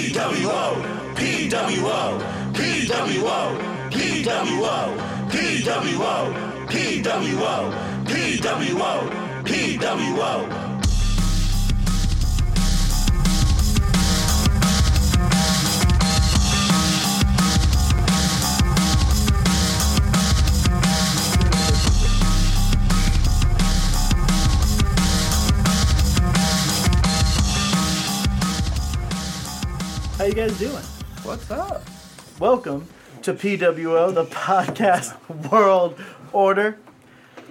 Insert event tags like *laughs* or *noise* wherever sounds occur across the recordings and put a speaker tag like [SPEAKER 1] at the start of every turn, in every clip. [SPEAKER 1] PWO, PWO, PWO, PWO, PWO, PWO, PWO, PWO.
[SPEAKER 2] How you guys doing?
[SPEAKER 3] What's up?
[SPEAKER 2] Welcome to PWO, the podcast world order.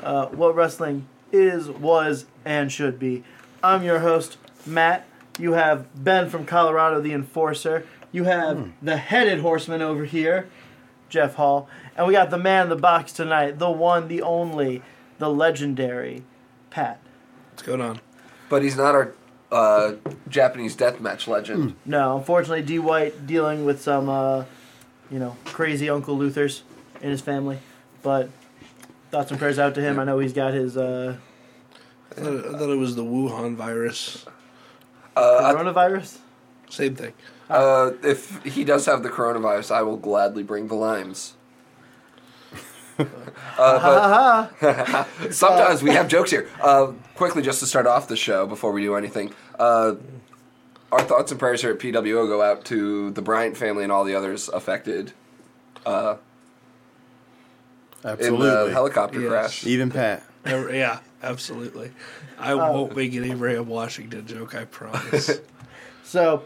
[SPEAKER 2] Uh, what wrestling is, was, and should be. I'm your host, Matt. You have Ben from Colorado, the enforcer. You have
[SPEAKER 3] Hmm.
[SPEAKER 2] the headed horseman over here, Jeff Hall. And we got the man in the box tonight, the one, the only, the legendary Pat.
[SPEAKER 3] What's going on?
[SPEAKER 4] But he's not our uh, Japanese deathmatch legend.
[SPEAKER 2] No, unfortunately, D. White dealing with some, uh, you know, crazy Uncle Luther's in his family. But thoughts and prayers out to him. I know he's got his uh,
[SPEAKER 3] I thought, it, I thought it was the Wuhan virus.
[SPEAKER 2] coronavirus.
[SPEAKER 3] Same thing.
[SPEAKER 4] Uh, if he does have the coronavirus, I will gladly bring the limes. uh, but *laughs* sometimes we have jokes here. Uh, quickly, just to start off the show before we do anything, uh, our thoughts and prayers here at PWO go out to the Bryant family and all the others affected uh, in uh, the
[SPEAKER 5] Absolutely.
[SPEAKER 4] helicopter
[SPEAKER 3] Yes.
[SPEAKER 4] crash.
[SPEAKER 5] Even Pat.
[SPEAKER 3] Never- yeah, absolutely. I won't make an Abraham Washington joke. I promise.
[SPEAKER 2] So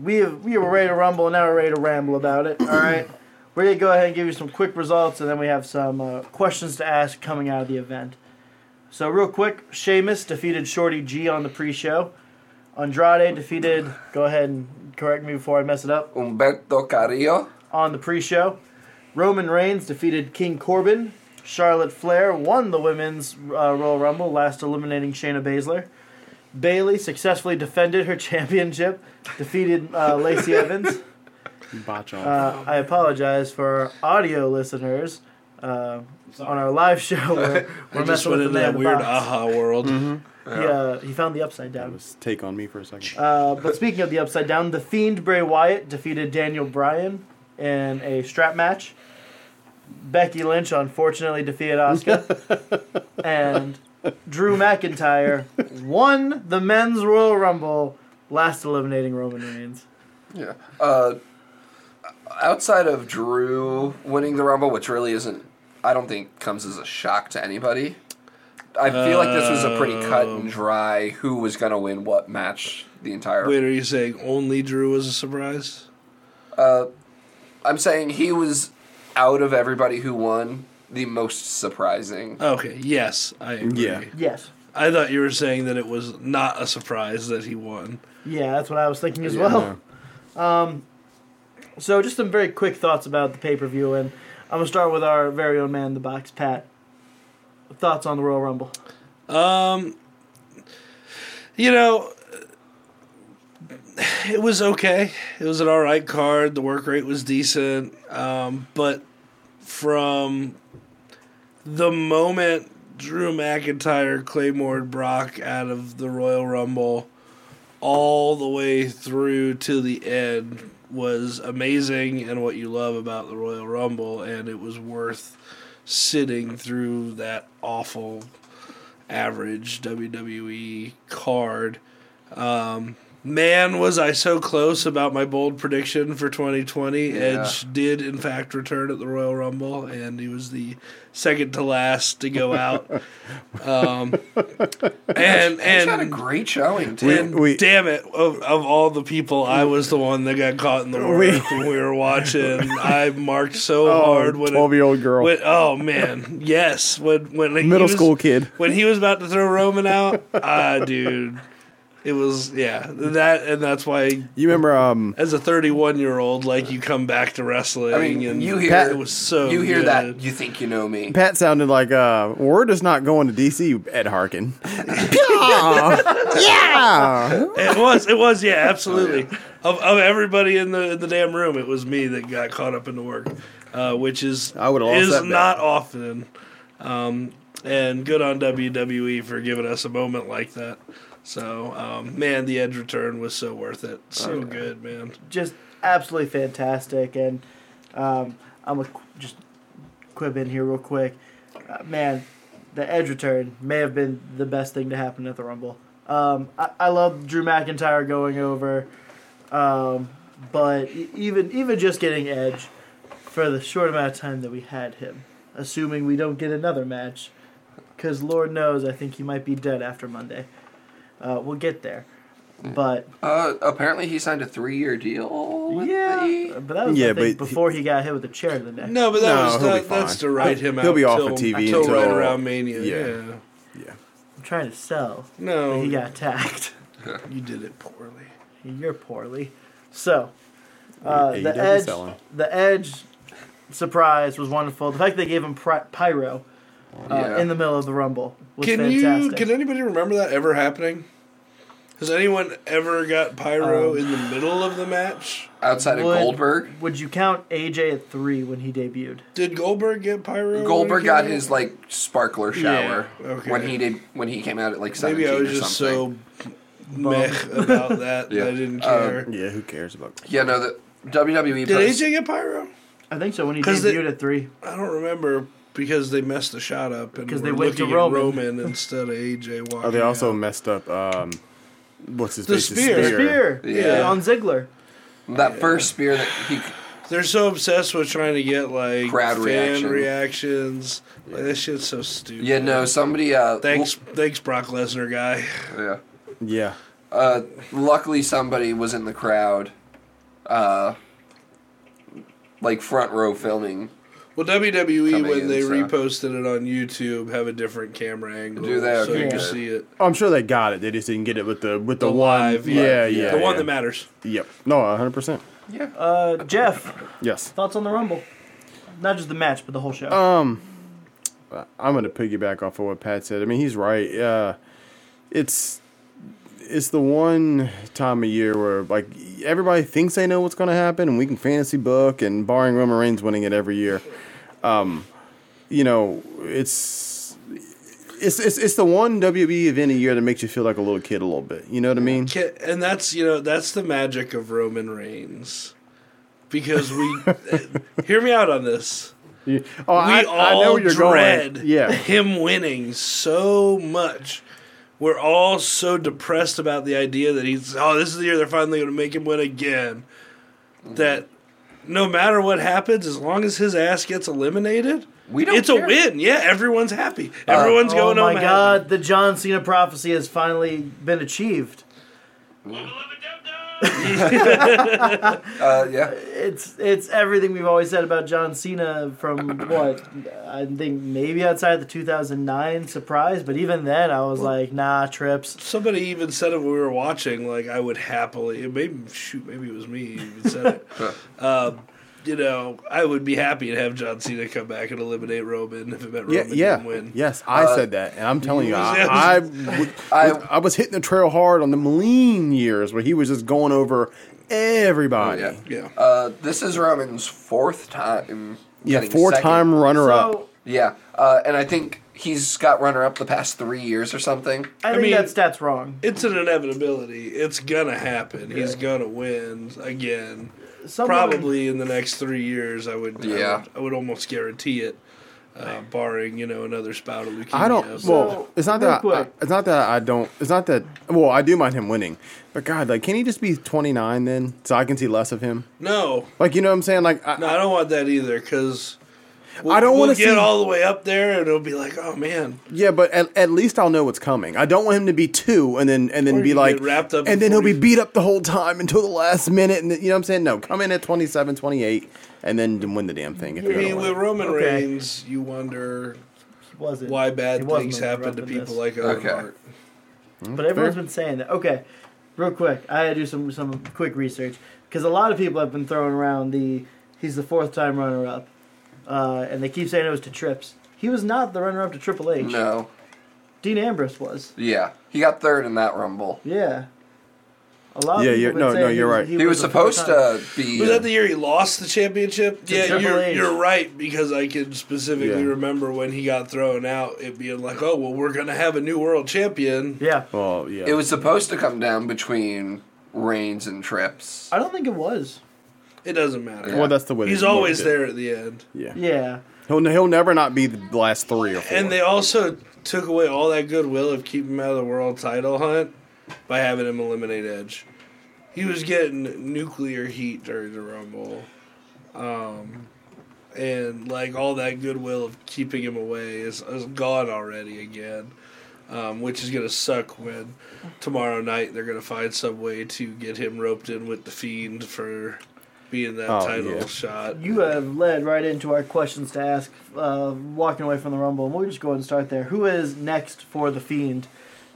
[SPEAKER 2] we have, we were ready to rumble, and now we're ready to ramble about it. All right, we're gonna go ahead and give you some quick results, and then we have some uh, questions to ask coming out of the event. So real quick, Sheamus defeated Shorty G on the pre-show. Andrade defeated. Go ahead and correct me before I mess it up.
[SPEAKER 4] Umberto Carrillo.
[SPEAKER 2] on the pre-show. Roman Reigns defeated King Corbin. Charlotte Flair won the women's uh, Royal Rumble, last eliminating Shayna Baszler. Bailey successfully defended her *laughs* championship, defeated uh,
[SPEAKER 3] *laughs*
[SPEAKER 2] Lacey Evans.
[SPEAKER 5] Botch on.
[SPEAKER 2] Uh, I apologize for our audio listeners uh, on our live
[SPEAKER 3] *laughs*
[SPEAKER 2] show. Where
[SPEAKER 3] I
[SPEAKER 2] we're
[SPEAKER 3] just
[SPEAKER 2] messing
[SPEAKER 3] went
[SPEAKER 2] with the man
[SPEAKER 3] into that
[SPEAKER 2] in the
[SPEAKER 3] weird
[SPEAKER 2] box.
[SPEAKER 3] aha world.
[SPEAKER 2] He,
[SPEAKER 3] *laughs*
[SPEAKER 2] uh, he found the upside
[SPEAKER 5] That
[SPEAKER 2] down.
[SPEAKER 5] was take on me for a second.
[SPEAKER 2] Uh, but speaking of the upside down, the Fiend Bray Wyatt defeated Daniel Bryan in a strap match. Becky Lynch unfortunately defeated Asuka. and Drew McIntyre won the men's Royal Rumble, last eliminating Roman Reigns.
[SPEAKER 4] Yeah. Uh, outside of Drew winning the Rumble, which really isn't, I don't think comes as a shock to anybody. I feel like this was a pretty cut and dry who was going to win what match the entire.
[SPEAKER 3] Wait, are you saying only Drew was a surprise?
[SPEAKER 4] I'm saying he was out of everybody who won the most surprising.
[SPEAKER 3] Okay. Yes, I agree.
[SPEAKER 5] Yeah.
[SPEAKER 2] Yes.
[SPEAKER 3] I thought you were saying that it was not a surprise that he won.
[SPEAKER 2] Yeah, that's what I was thinking as well.
[SPEAKER 5] Yeah.
[SPEAKER 2] So, just some very quick thoughts about the pay per view, and I'm gonna start with our very own man in the box, Pat. Thoughts on the Royal Rumble?
[SPEAKER 3] you know, it was okay. It was an all right card. The work rate was decent, um, but from the moment Drew McIntyre, Claymore, and Brock out of the Royal Rumble, all the way through to the end was amazing and what you love about the Royal Rumble, and it was worth sitting through that awful average WWE card. Um, man, was I so close about my bold prediction for 2020. Edge did, in fact, return at the Royal Rumble, and he was the second to last to go out. um, and
[SPEAKER 4] He's
[SPEAKER 3] and
[SPEAKER 4] had a great showing too.
[SPEAKER 3] and
[SPEAKER 5] we-
[SPEAKER 3] damn it, of, of all the people, I was the one that got caught in the
[SPEAKER 5] We-
[SPEAKER 3] work when we were
[SPEAKER 5] *laughs*
[SPEAKER 3] watching. I marked so
[SPEAKER 5] Oh,
[SPEAKER 3] hard when it-
[SPEAKER 5] 12-year-old girl.
[SPEAKER 3] when- oh man, yes, when when he
[SPEAKER 5] Middle
[SPEAKER 3] was-
[SPEAKER 5] school kid.
[SPEAKER 3] when he was about to throw Roman out, ah, dude, it was yeah that and that's why
[SPEAKER 5] You remember um
[SPEAKER 3] as a thirty one year old, like you come back to wrestling.
[SPEAKER 4] I mean,
[SPEAKER 3] and
[SPEAKER 4] you hear
[SPEAKER 5] Pat-
[SPEAKER 3] it was so
[SPEAKER 4] you hear that
[SPEAKER 3] good.
[SPEAKER 4] you think you know me.
[SPEAKER 5] Pat sounded like uh we're just not going to DC, Ed Harkin. Pyah! yeah.
[SPEAKER 3] it was it was
[SPEAKER 5] *laughs*
[SPEAKER 3] yeah
[SPEAKER 5] Oh,
[SPEAKER 3] absolutely of, of everybody in the in the damn room it was me that got caught up in the work uh, which is
[SPEAKER 5] I would've lost
[SPEAKER 3] is
[SPEAKER 5] that bet.
[SPEAKER 3] not often um, and good on WWE for giving us a moment like that. So, um, man, the Edge return was so worth it. So
[SPEAKER 5] Oh,
[SPEAKER 3] good, man.
[SPEAKER 2] just absolutely fantastic. And um, I'm gonna qu- just quib in here real quick. Uh, man, the edge return may have been the best thing to happen at the Rumble. Um, I, I love Drew McIntyre going over, um, but e- even even just getting Edge for the short amount of time that we had him, assuming we don't get another match, because Lord knows I think he might be dead after Monday. Uh, we'll get there, but
[SPEAKER 4] Uh, apparently he signed a three-year deal. With
[SPEAKER 2] yeah,
[SPEAKER 4] the- E.
[SPEAKER 2] but that was I
[SPEAKER 5] Yeah,
[SPEAKER 2] think,
[SPEAKER 5] but he-
[SPEAKER 2] before he got hit with a chair to the neck.
[SPEAKER 3] No, but that
[SPEAKER 5] No,
[SPEAKER 3] was
[SPEAKER 5] he'll be
[SPEAKER 3] that, that's
[SPEAKER 5] fine.
[SPEAKER 3] to write him out.
[SPEAKER 5] He'll be off
[SPEAKER 3] till-
[SPEAKER 5] of TV
[SPEAKER 3] till right
[SPEAKER 5] until-
[SPEAKER 3] around Mania.
[SPEAKER 5] yeah.
[SPEAKER 3] Yeah.
[SPEAKER 5] Yeah.
[SPEAKER 2] I'm trying to sell.
[SPEAKER 3] No,
[SPEAKER 2] but he got attacked. *laughs*
[SPEAKER 3] you did it poorly.
[SPEAKER 2] You're poorly. So, uh,
[SPEAKER 5] AEW
[SPEAKER 2] the edge,
[SPEAKER 5] selling.
[SPEAKER 2] the edge surprise was wonderful. The fact they gave him pri- pyro uh,
[SPEAKER 4] Yeah.
[SPEAKER 2] in the middle of the rumble was
[SPEAKER 3] Can you?
[SPEAKER 2] fantastic.
[SPEAKER 3] Can anybody remember that ever happening? Has anyone ever got pyro
[SPEAKER 2] Um,
[SPEAKER 3] in the middle of the match?
[SPEAKER 4] outside of
[SPEAKER 2] Would-
[SPEAKER 4] Goldberg.
[SPEAKER 2] Would you count AJ at three when he debuted?
[SPEAKER 3] Did Goldberg get pyro? when he
[SPEAKER 4] Goldberg
[SPEAKER 3] came
[SPEAKER 4] got
[SPEAKER 3] out?
[SPEAKER 4] his like sparkler shower
[SPEAKER 3] okay.
[SPEAKER 4] when he did when he came out at like seventeen
[SPEAKER 3] Maybe I was
[SPEAKER 4] or
[SPEAKER 3] just
[SPEAKER 4] something.
[SPEAKER 3] so meh about
[SPEAKER 4] *laughs*
[SPEAKER 3] that
[SPEAKER 4] Yeah.
[SPEAKER 3] that I didn't
[SPEAKER 4] Uh,
[SPEAKER 3] care.
[SPEAKER 5] Yeah, who cares about
[SPEAKER 4] Yeah, no, the E WWE.
[SPEAKER 3] Did
[SPEAKER 4] puts-
[SPEAKER 3] AJ get pyro?
[SPEAKER 2] I think so. When he
[SPEAKER 3] 'Cause
[SPEAKER 2] debuted
[SPEAKER 3] they-
[SPEAKER 2] at three,
[SPEAKER 3] I don't remember because they messed the shot up and
[SPEAKER 2] 'Cause
[SPEAKER 3] because
[SPEAKER 2] they
[SPEAKER 3] they
[SPEAKER 2] went to
[SPEAKER 3] looking
[SPEAKER 2] Roman.
[SPEAKER 3] at
[SPEAKER 2] *laughs*
[SPEAKER 3] Roman instead of AJ. Walking
[SPEAKER 5] Oh, they also
[SPEAKER 3] out.
[SPEAKER 5] messed up um what's his
[SPEAKER 3] The
[SPEAKER 5] face?
[SPEAKER 3] spear.
[SPEAKER 2] the
[SPEAKER 3] The
[SPEAKER 2] spear
[SPEAKER 4] Yeah.
[SPEAKER 2] on Ziggler.
[SPEAKER 4] that first spear that he
[SPEAKER 3] They're so obsessed with trying to get like
[SPEAKER 4] Crowd
[SPEAKER 3] fan
[SPEAKER 4] reaction.
[SPEAKER 3] reactions. Like that shit's so stupid.
[SPEAKER 4] yeah no somebody uh
[SPEAKER 3] Thanks, thanks, Brock Lesnar guy.
[SPEAKER 4] yeah
[SPEAKER 5] Yeah.
[SPEAKER 4] uh luckily somebody was in the crowd uh like front row filming
[SPEAKER 3] Well, WWE
[SPEAKER 4] Coming
[SPEAKER 3] when
[SPEAKER 4] in,
[SPEAKER 3] they
[SPEAKER 4] so.
[SPEAKER 3] reposted it on YouTube have a different camera angle,
[SPEAKER 4] Do they?
[SPEAKER 3] so
[SPEAKER 4] Okay,
[SPEAKER 3] you can
[SPEAKER 2] good.
[SPEAKER 3] see it.
[SPEAKER 5] Oh, I'm sure they got it. They just didn't get it with the with the,
[SPEAKER 3] The
[SPEAKER 5] one.
[SPEAKER 3] live,
[SPEAKER 5] yeah,
[SPEAKER 3] live,
[SPEAKER 5] yeah,
[SPEAKER 3] the one
[SPEAKER 5] yeah.
[SPEAKER 3] that matters.
[SPEAKER 5] Yep. No, 100. percent
[SPEAKER 4] yeah
[SPEAKER 2] Uh, Jeff,
[SPEAKER 5] Yes.
[SPEAKER 2] thoughts on the rumble? Not just the match, but the whole show.
[SPEAKER 5] Um, I'm gonna piggyback off of what Pat said. I mean, he's right. Uh, it's it's the one time of year where like everybody thinks they know what's gonna happen, and we can fantasy book and barring Roman Reigns winning it every year. Um, you know, it's. It's, it's, it's the one WB event a year that makes you feel like a little kid a little bit. You know what I mean?
[SPEAKER 3] Ca- and that's you know that's the magic of Roman Reigns, because we
[SPEAKER 5] *laughs*
[SPEAKER 3] hear me out on this.
[SPEAKER 5] You- Oh,
[SPEAKER 3] We
[SPEAKER 5] I,
[SPEAKER 3] all
[SPEAKER 5] I know where you're
[SPEAKER 3] dread
[SPEAKER 5] going. Yeah.
[SPEAKER 3] him winning so much. We're all so depressed about the idea that he's oh this is the year they're finally going to make him win again. That no matter what happens, as long as his ass gets eliminated,
[SPEAKER 4] We don't
[SPEAKER 3] It's a
[SPEAKER 4] care.
[SPEAKER 3] win. Yeah, everyone's happy.
[SPEAKER 5] Uh,
[SPEAKER 3] Everyone's
[SPEAKER 2] oh
[SPEAKER 3] going
[SPEAKER 2] my
[SPEAKER 3] home. happy.
[SPEAKER 2] God, the John Cena prophecy has finally been achieved.
[SPEAKER 4] uh yeah
[SPEAKER 2] it's it's everything we've always said about John Cena from what I think maybe outside the 2009 surprise, but even then I was like, nah, trips.
[SPEAKER 3] Somebody even said it when we were watching. Like I would happily, it maybe shoot, maybe it was me who even said it. um, you know, I would be happy to have John Cena come back and eliminate Roman if it meant
[SPEAKER 5] Yeah,
[SPEAKER 3] Roman
[SPEAKER 5] yeah,
[SPEAKER 3] didn't win.
[SPEAKER 5] yes. I said that, and I'm telling you,
[SPEAKER 4] *laughs*
[SPEAKER 3] Yeah.
[SPEAKER 5] I, I, would-
[SPEAKER 4] Uh, I-
[SPEAKER 5] was- I was hitting the trail hard on the Moline years where he was just going over everybody.
[SPEAKER 4] yeah
[SPEAKER 3] Yeah.
[SPEAKER 4] uh this is Roman's fourth time
[SPEAKER 5] yeah,
[SPEAKER 4] getting
[SPEAKER 5] four
[SPEAKER 4] second.
[SPEAKER 5] time runner up.
[SPEAKER 2] So
[SPEAKER 4] yeah uh and I think he's got runner up the past three years or something
[SPEAKER 2] I think
[SPEAKER 3] mean-
[SPEAKER 2] that stat's wrong.
[SPEAKER 3] It's an inevitability. It's gonna happen. He's gonna win again.
[SPEAKER 2] Someone-
[SPEAKER 3] Probably in the next three years. I would. I
[SPEAKER 4] Yeah.
[SPEAKER 3] would, I would almost guarantee it, uh, barring you know another spout of leukemia.
[SPEAKER 5] I don't. Well, it's not
[SPEAKER 2] real
[SPEAKER 5] that. I,
[SPEAKER 2] quick.
[SPEAKER 5] it's not that I don't. It's not that. Well, I do mind him winning, but God, like, can he just be 29 then, so I can see less of him?
[SPEAKER 3] no,
[SPEAKER 5] Like, you know what I'm saying? Like, I,
[SPEAKER 3] No, I don't want that either because
[SPEAKER 5] I don't
[SPEAKER 3] we'll
[SPEAKER 5] want to
[SPEAKER 3] get
[SPEAKER 5] see.
[SPEAKER 3] all the way up there and it'll be like, oh man,
[SPEAKER 5] Yeah, but at, at least I'll know what's coming. I don't want him to be two and then and
[SPEAKER 3] Or
[SPEAKER 5] then be
[SPEAKER 3] you
[SPEAKER 5] like
[SPEAKER 3] get wrapped up in
[SPEAKER 5] and then he'll be
[SPEAKER 3] 40.
[SPEAKER 5] beat up the whole time until the last minute. And then- you know what I'm saying? No, come in at 27, 28, and then win the damn thing. If
[SPEAKER 3] I
[SPEAKER 5] you're
[SPEAKER 3] mean,
[SPEAKER 5] gonna win.
[SPEAKER 3] with Roman
[SPEAKER 2] Okay.
[SPEAKER 3] Reigns, you wonder
[SPEAKER 2] wasn't
[SPEAKER 3] why bad
[SPEAKER 2] it wasn't
[SPEAKER 3] things happen to
[SPEAKER 2] interrupting
[SPEAKER 3] people
[SPEAKER 2] this.
[SPEAKER 3] like Owen
[SPEAKER 4] Okay.
[SPEAKER 3] Hart.
[SPEAKER 2] But everyone's been saying that. Okay, real quick, I had to do some some quick research because a lot of people have been throwing around the he's the fourth time runner up, uh, and they keep saying it was to Trips. He was not the runner up to Triple H.
[SPEAKER 4] no
[SPEAKER 2] Dean Ambrose was.
[SPEAKER 4] yeah he got third in that rumble
[SPEAKER 2] Yeah. A lot. Of
[SPEAKER 5] Yeah,
[SPEAKER 2] people
[SPEAKER 5] you're-
[SPEAKER 2] would
[SPEAKER 5] no,
[SPEAKER 2] say
[SPEAKER 5] no,
[SPEAKER 2] he
[SPEAKER 5] you're
[SPEAKER 2] was-
[SPEAKER 5] right.
[SPEAKER 4] He was
[SPEAKER 2] a
[SPEAKER 4] supposed
[SPEAKER 2] full-time-
[SPEAKER 4] to be.
[SPEAKER 3] Was that the year he lost the championship? yeah,
[SPEAKER 2] Triple
[SPEAKER 3] you're,
[SPEAKER 2] H.
[SPEAKER 3] you're right because I can specifically
[SPEAKER 5] Yeah.
[SPEAKER 3] remember when he got thrown out, it being like, oh, well, we're going to have a new world champion.
[SPEAKER 2] Yeah,
[SPEAKER 5] Well, yeah.
[SPEAKER 4] it was supposed to come down between Reigns and Trips.
[SPEAKER 2] I don't think it was.
[SPEAKER 3] It doesn't matter.
[SPEAKER 5] Well, that's the way.
[SPEAKER 3] He's
[SPEAKER 5] they looked
[SPEAKER 3] always
[SPEAKER 5] at it.
[SPEAKER 3] there at the end.
[SPEAKER 5] Yeah.
[SPEAKER 2] Yeah,
[SPEAKER 5] He'll he'll never not be the last three or four.
[SPEAKER 3] And they also took away all that goodwill of keeping him out of the world title hunt by having him eliminate Edge. He was getting nuclear heat during the Rumble. Um, and like all that goodwill of keeping him away is, is gone already again. Um, which is gonna suck when tomorrow night they're gonna find some way to get him roped in with the fiend for being that
[SPEAKER 5] Oh,
[SPEAKER 3] title
[SPEAKER 5] yeah.
[SPEAKER 3] shot.
[SPEAKER 2] you have led right into our questions to ask. Uh, walking away from the rumble, and we'll just go ahead and start there. Who is next for the fiend?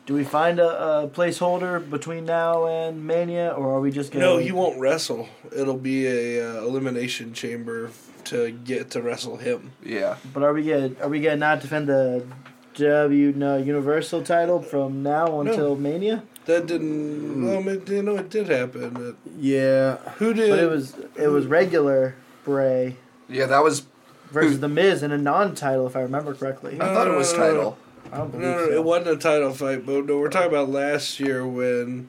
[SPEAKER 2] Do we find a, a placeholder between now and Mania, or are we just gonna?
[SPEAKER 3] No, he won't wrestle. It'll be a uh, elimination chamber to get to wrestle him.
[SPEAKER 4] Yeah.
[SPEAKER 2] But are we gonna are we gonna not defend the W no Universal title from now until Mania?
[SPEAKER 3] That didn't. Well, it, you know, it did happen.
[SPEAKER 5] yeah.
[SPEAKER 3] It- Who did?
[SPEAKER 2] But it was it was regular Bray
[SPEAKER 4] Yeah, that was.
[SPEAKER 2] versus
[SPEAKER 4] Who-
[SPEAKER 2] the Miz in a non-title, if I remember correctly.
[SPEAKER 4] I thought it was title.
[SPEAKER 2] I don't
[SPEAKER 3] Uh, No,
[SPEAKER 2] believe
[SPEAKER 3] no, no,
[SPEAKER 2] so.
[SPEAKER 3] it wasn't a title fight. But no, we're talking about last year when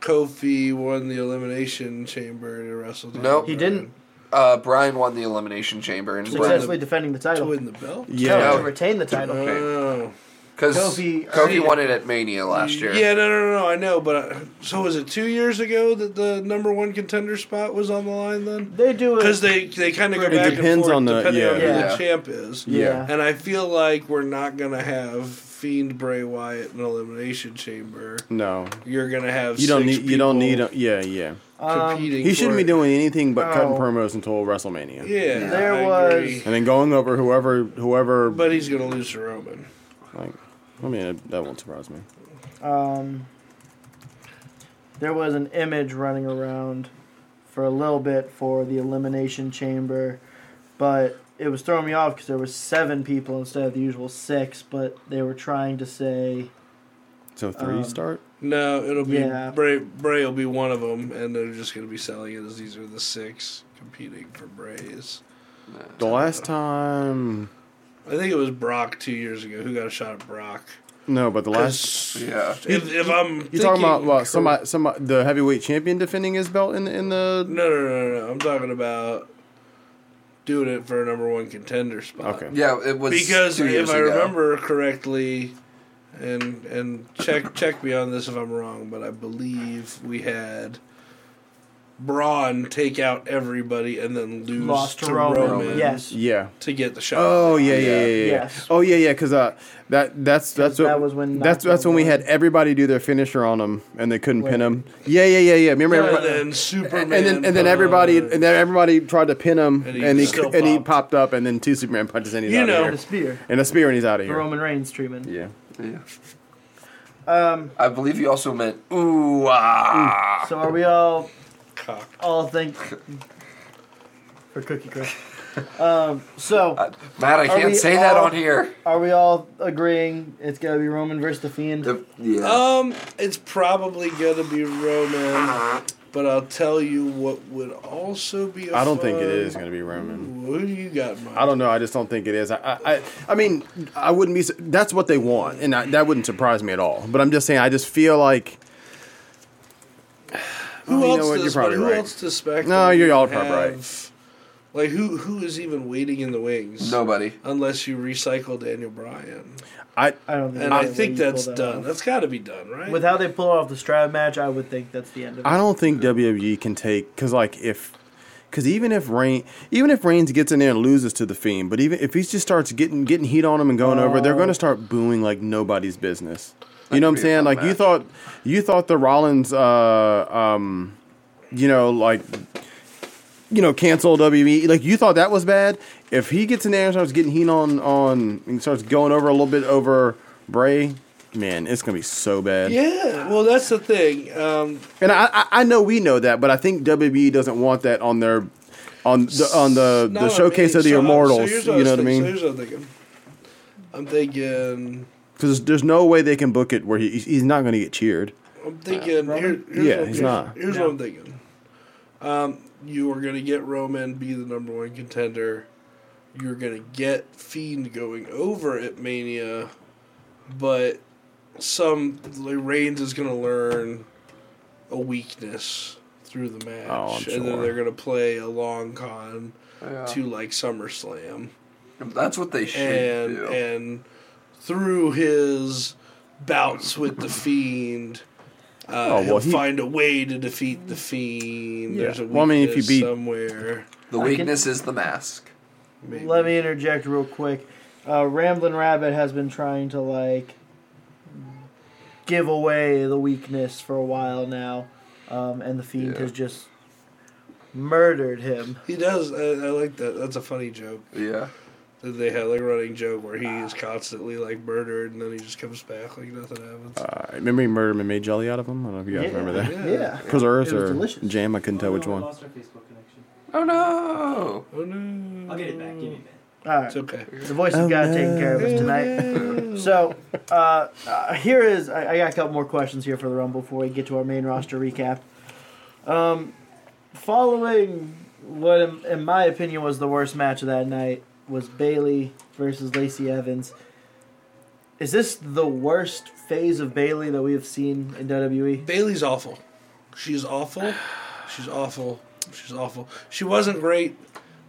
[SPEAKER 3] Kofi won the elimination chamber to wrestle.
[SPEAKER 4] Nope.
[SPEAKER 2] He didn't
[SPEAKER 4] Uh, Brian won the Elimination Chamber, and
[SPEAKER 2] successfully defending the
[SPEAKER 3] to
[SPEAKER 2] title.
[SPEAKER 3] win the belt.
[SPEAKER 5] Yeah.
[SPEAKER 2] No,
[SPEAKER 4] No.
[SPEAKER 2] to retain the title.
[SPEAKER 3] Oh.
[SPEAKER 4] because
[SPEAKER 2] Kofi-
[SPEAKER 4] Kofi,
[SPEAKER 2] Kofi-
[SPEAKER 4] won it at Mania last year.
[SPEAKER 3] Yeah, no, no, no, I know, but uh so was it two years ago that the number one contender spot was on the line then?
[SPEAKER 2] They do it.
[SPEAKER 3] Because they, they kind of go
[SPEAKER 5] It
[SPEAKER 3] back and
[SPEAKER 5] depends
[SPEAKER 3] forth
[SPEAKER 5] on the-
[SPEAKER 3] depending on who
[SPEAKER 2] yeah.
[SPEAKER 3] the
[SPEAKER 4] Yeah.
[SPEAKER 3] champ is.
[SPEAKER 2] yeah.
[SPEAKER 3] And I feel like we're not going to have Fiend Bray Wyatt in Elimination Chamber.
[SPEAKER 5] No.
[SPEAKER 3] You're going to have
[SPEAKER 5] You don't
[SPEAKER 3] six
[SPEAKER 5] need. You don't need.
[SPEAKER 3] people
[SPEAKER 5] A, yeah. Yeah.
[SPEAKER 3] competing.
[SPEAKER 5] He shouldn't
[SPEAKER 3] for
[SPEAKER 5] be
[SPEAKER 3] it.
[SPEAKER 5] doing anything but cutting
[SPEAKER 2] No.
[SPEAKER 5] promos until WrestleMania.
[SPEAKER 3] Yeah,
[SPEAKER 2] There
[SPEAKER 3] I
[SPEAKER 2] was-
[SPEAKER 3] agree.
[SPEAKER 5] And then going over whoever whoever.
[SPEAKER 3] But he's going to lose to Roman.
[SPEAKER 5] like, I mean, that- that won't surprise me.
[SPEAKER 2] Um, there was an image running around for a little bit for the elimination chamber, but it was throwing me off because there were seven people instead of the usual six. But they were trying to say,
[SPEAKER 5] So three
[SPEAKER 2] Um,
[SPEAKER 5] start.
[SPEAKER 3] No, it'll be
[SPEAKER 2] Yeah.
[SPEAKER 3] Bray. Bray will be one of them, and they're just going to be selling it as these are the six competing for Bray's.
[SPEAKER 5] The last time.
[SPEAKER 3] I think it was Brock two years ago who got a shot at Brock.
[SPEAKER 5] No, but the last.
[SPEAKER 3] 'Cause
[SPEAKER 4] Yeah.
[SPEAKER 3] If, if I'm
[SPEAKER 5] You talking about
[SPEAKER 3] thinking
[SPEAKER 5] what, somebody, somebody, the heavyweight champion defending his belt in in the?
[SPEAKER 3] No, no, no, no. I'm talking about doing it for a number one contender spot.
[SPEAKER 5] Okay.
[SPEAKER 4] Yeah, it was
[SPEAKER 3] Because
[SPEAKER 4] two years
[SPEAKER 3] if I
[SPEAKER 4] ago.
[SPEAKER 3] remember correctly, and and check check me on this if I'm wrong, but I believe we had Braun take out everybody and then lose
[SPEAKER 2] Lost
[SPEAKER 3] to
[SPEAKER 2] to Roman.
[SPEAKER 3] Roman.
[SPEAKER 2] Yes.
[SPEAKER 5] Yeah.
[SPEAKER 3] To get the shot.
[SPEAKER 5] Oh yeah, yeah, yeah, yeah.
[SPEAKER 2] Yes.
[SPEAKER 5] Oh yeah, yeah. Because uh, that that's that's what,
[SPEAKER 2] that was when
[SPEAKER 5] that's that's when we had everybody do their finisher on them, and they couldn't pin them. Yeah, yeah, yeah, yeah. Remember
[SPEAKER 3] And
[SPEAKER 5] everybody.
[SPEAKER 3] then Superman.
[SPEAKER 5] And then, and then everybody, and then everybody tried to pin him,
[SPEAKER 3] And
[SPEAKER 5] and
[SPEAKER 3] he
[SPEAKER 5] he and he,
[SPEAKER 3] still popped.
[SPEAKER 5] popped up, and then two Superman punches, and he's
[SPEAKER 3] You
[SPEAKER 5] out
[SPEAKER 3] know.
[SPEAKER 5] of
[SPEAKER 2] the
[SPEAKER 5] here,
[SPEAKER 2] spear,
[SPEAKER 5] and a spear, and he's out of
[SPEAKER 2] the
[SPEAKER 5] here.
[SPEAKER 2] Roman Reigns treatment.
[SPEAKER 5] Yeah,
[SPEAKER 4] Yeah.
[SPEAKER 2] Um,
[SPEAKER 4] I believe you also meant ooh ah.
[SPEAKER 2] so are we all
[SPEAKER 3] cocked.
[SPEAKER 2] all
[SPEAKER 3] *laughs*
[SPEAKER 2] think for Cookie Crush? Um, so
[SPEAKER 3] Mm.
[SPEAKER 4] Uh, Matt, I
[SPEAKER 2] Are
[SPEAKER 4] can't
[SPEAKER 2] we
[SPEAKER 4] say that
[SPEAKER 2] all-
[SPEAKER 4] on here.
[SPEAKER 2] are we all agreeing it's gonna be Roman versus the Fiend?
[SPEAKER 4] The- yeah.
[SPEAKER 3] Um, it's probably gonna be Roman, but I'll tell you what would also be. I
[SPEAKER 5] I don't think it is going to be Roman.
[SPEAKER 3] Who do you got? In mind?
[SPEAKER 5] I don't know. I just don't think it is. I, I, I, I mean, I wouldn't be. su- That's what they want, and I, that wouldn't surprise me at all. But I'm just saying, I just feel like
[SPEAKER 3] Who
[SPEAKER 5] Oh, you
[SPEAKER 3] else?
[SPEAKER 5] know what,
[SPEAKER 3] does,
[SPEAKER 5] you're probably
[SPEAKER 3] but who
[SPEAKER 5] right.
[SPEAKER 3] else does SmackDown?
[SPEAKER 5] No, you're all probably
[SPEAKER 3] have-
[SPEAKER 5] right.
[SPEAKER 3] Like who? Who is even waiting in the wings?
[SPEAKER 4] Nobody.
[SPEAKER 3] Unless you recycle Daniel Bryan,
[SPEAKER 5] I,
[SPEAKER 2] I don't think.
[SPEAKER 3] and
[SPEAKER 2] there's
[SPEAKER 3] I
[SPEAKER 2] any way
[SPEAKER 3] think
[SPEAKER 2] you pull
[SPEAKER 3] that's
[SPEAKER 2] that
[SPEAKER 3] done.
[SPEAKER 2] off.
[SPEAKER 3] That's got to be done, right?
[SPEAKER 2] With how they pull off the strap match, I would think that's the end of it.
[SPEAKER 5] I don't think WWE can take because like if because even if Rain even if Reigns gets in there and loses to the Fiend, but even if he just starts getting getting heat on him and going over, they're going to start booing like nobody's business. You know
[SPEAKER 4] Oh. could
[SPEAKER 5] what I'm
[SPEAKER 4] be a
[SPEAKER 5] saying?
[SPEAKER 4] fun
[SPEAKER 5] Like you
[SPEAKER 4] match.
[SPEAKER 5] thought you thought the Rollins, uh, um, you know, like you know, cancel WWE. Like you thought that was bad. If he gets in there and starts getting heat on on and starts going over a little bit over Bray. Man, it's gonna be so bad.
[SPEAKER 3] yeah. Well, that's the thing. Um,
[SPEAKER 5] And I, I, I know we know that, but I think WWE doesn't want that on their on the on the,
[SPEAKER 3] not
[SPEAKER 5] the
[SPEAKER 3] on
[SPEAKER 5] showcase
[SPEAKER 3] me.
[SPEAKER 5] of the
[SPEAKER 3] So, um, so
[SPEAKER 5] Immortals.
[SPEAKER 3] here's
[SPEAKER 5] you
[SPEAKER 3] was
[SPEAKER 5] know what
[SPEAKER 3] thinking- so
[SPEAKER 5] I mean?
[SPEAKER 3] here's what I'm thinking. I'm thinking.
[SPEAKER 5] Because there's no way they can book it where he, he's- he's not going to get cheered.
[SPEAKER 3] I'm thinking. here- here's
[SPEAKER 5] Yeah,
[SPEAKER 3] what-
[SPEAKER 5] he's not.
[SPEAKER 3] Here's
[SPEAKER 2] No.
[SPEAKER 3] what I'm thinking. Um, you are gonna get Roman be the number one contender. You're gonna get Fiend going over at Mania, but some like, Reigns is gonna learn a weakness through the match,
[SPEAKER 5] Oh, I'm
[SPEAKER 3] and then
[SPEAKER 5] sure.
[SPEAKER 3] they're gonna play a long con
[SPEAKER 4] Yeah.
[SPEAKER 3] to like SummerSlam
[SPEAKER 4] That's what they should
[SPEAKER 3] and
[SPEAKER 4] do.
[SPEAKER 3] and through his bouts with the fiend, uh,
[SPEAKER 5] Oh, well,
[SPEAKER 3] he'll
[SPEAKER 5] he-
[SPEAKER 3] find a way to defeat the fiend.
[SPEAKER 5] Yeah.
[SPEAKER 3] There's a weakness
[SPEAKER 5] Well, I mean, if you beat-
[SPEAKER 3] somewhere,
[SPEAKER 4] the
[SPEAKER 2] I can-
[SPEAKER 4] weakness is the mask.
[SPEAKER 3] maybe.
[SPEAKER 2] Let me interject real quick. Uh, Ramblin' Rabbit has been trying to like give away the weakness for a while now, um, and the fiend
[SPEAKER 4] Yeah.
[SPEAKER 2] has just murdered him.
[SPEAKER 3] He does. I, I like that. That's a funny joke
[SPEAKER 4] Yeah.
[SPEAKER 3] that they had, like a running joke where he is constantly like murdered and then he just comes back like nothing happens.
[SPEAKER 5] Uh, remember he murdered him and made jelly out of him? I don't know if you guys
[SPEAKER 2] Yeah.
[SPEAKER 5] remember that. *laughs*
[SPEAKER 3] Yeah.
[SPEAKER 2] Yeah,
[SPEAKER 5] Preserves
[SPEAKER 2] It was
[SPEAKER 5] or
[SPEAKER 2] delicious.
[SPEAKER 5] jam? I couldn't tell which
[SPEAKER 6] Oh, no, I
[SPEAKER 5] one.
[SPEAKER 6] lost our Facebook connection.
[SPEAKER 4] Oh no.
[SPEAKER 3] Oh no!
[SPEAKER 6] I'll get it back. Give me a minute.
[SPEAKER 2] all right.
[SPEAKER 3] It's okay. Oh,
[SPEAKER 2] The voice of God taking care of us
[SPEAKER 5] *laughs*
[SPEAKER 2] tonight. so, uh, uh, here is I, I got a couple more questions here for the Rumble before we get to our main roster recap. Um, following what, in, in my opinion, was the worst match of that night was Bailey versus Lacey Evans. Is this the worst phase of Bailey that we have seen in E? WWE?
[SPEAKER 3] Bailey's awful. She's awful. She's awful. She's awful. She wasn't great,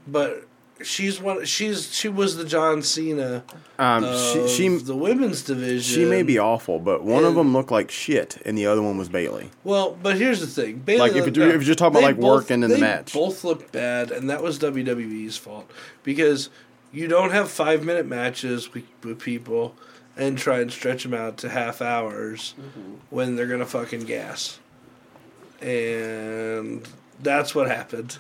[SPEAKER 3] but she's one. She's she was the John Cena
[SPEAKER 5] Um,
[SPEAKER 3] of
[SPEAKER 5] she she
[SPEAKER 3] the women's division.
[SPEAKER 5] she may be awful, but one of
[SPEAKER 3] And-
[SPEAKER 5] them looked like shit, and the other one was Bailey.
[SPEAKER 3] Well, but here's the thing. Bailey
[SPEAKER 5] Like, if
[SPEAKER 3] looked
[SPEAKER 5] you're-
[SPEAKER 3] bad.
[SPEAKER 5] if you're talking about,
[SPEAKER 3] They
[SPEAKER 5] like, work and in the
[SPEAKER 3] they
[SPEAKER 5] match.
[SPEAKER 3] both looked bad, and that was WWE's fault because you don't have five minute matches with, with people and try and stretch them out to half hours
[SPEAKER 2] Mm-hmm.
[SPEAKER 3] when they're gonna fucking gas, and that's what happened.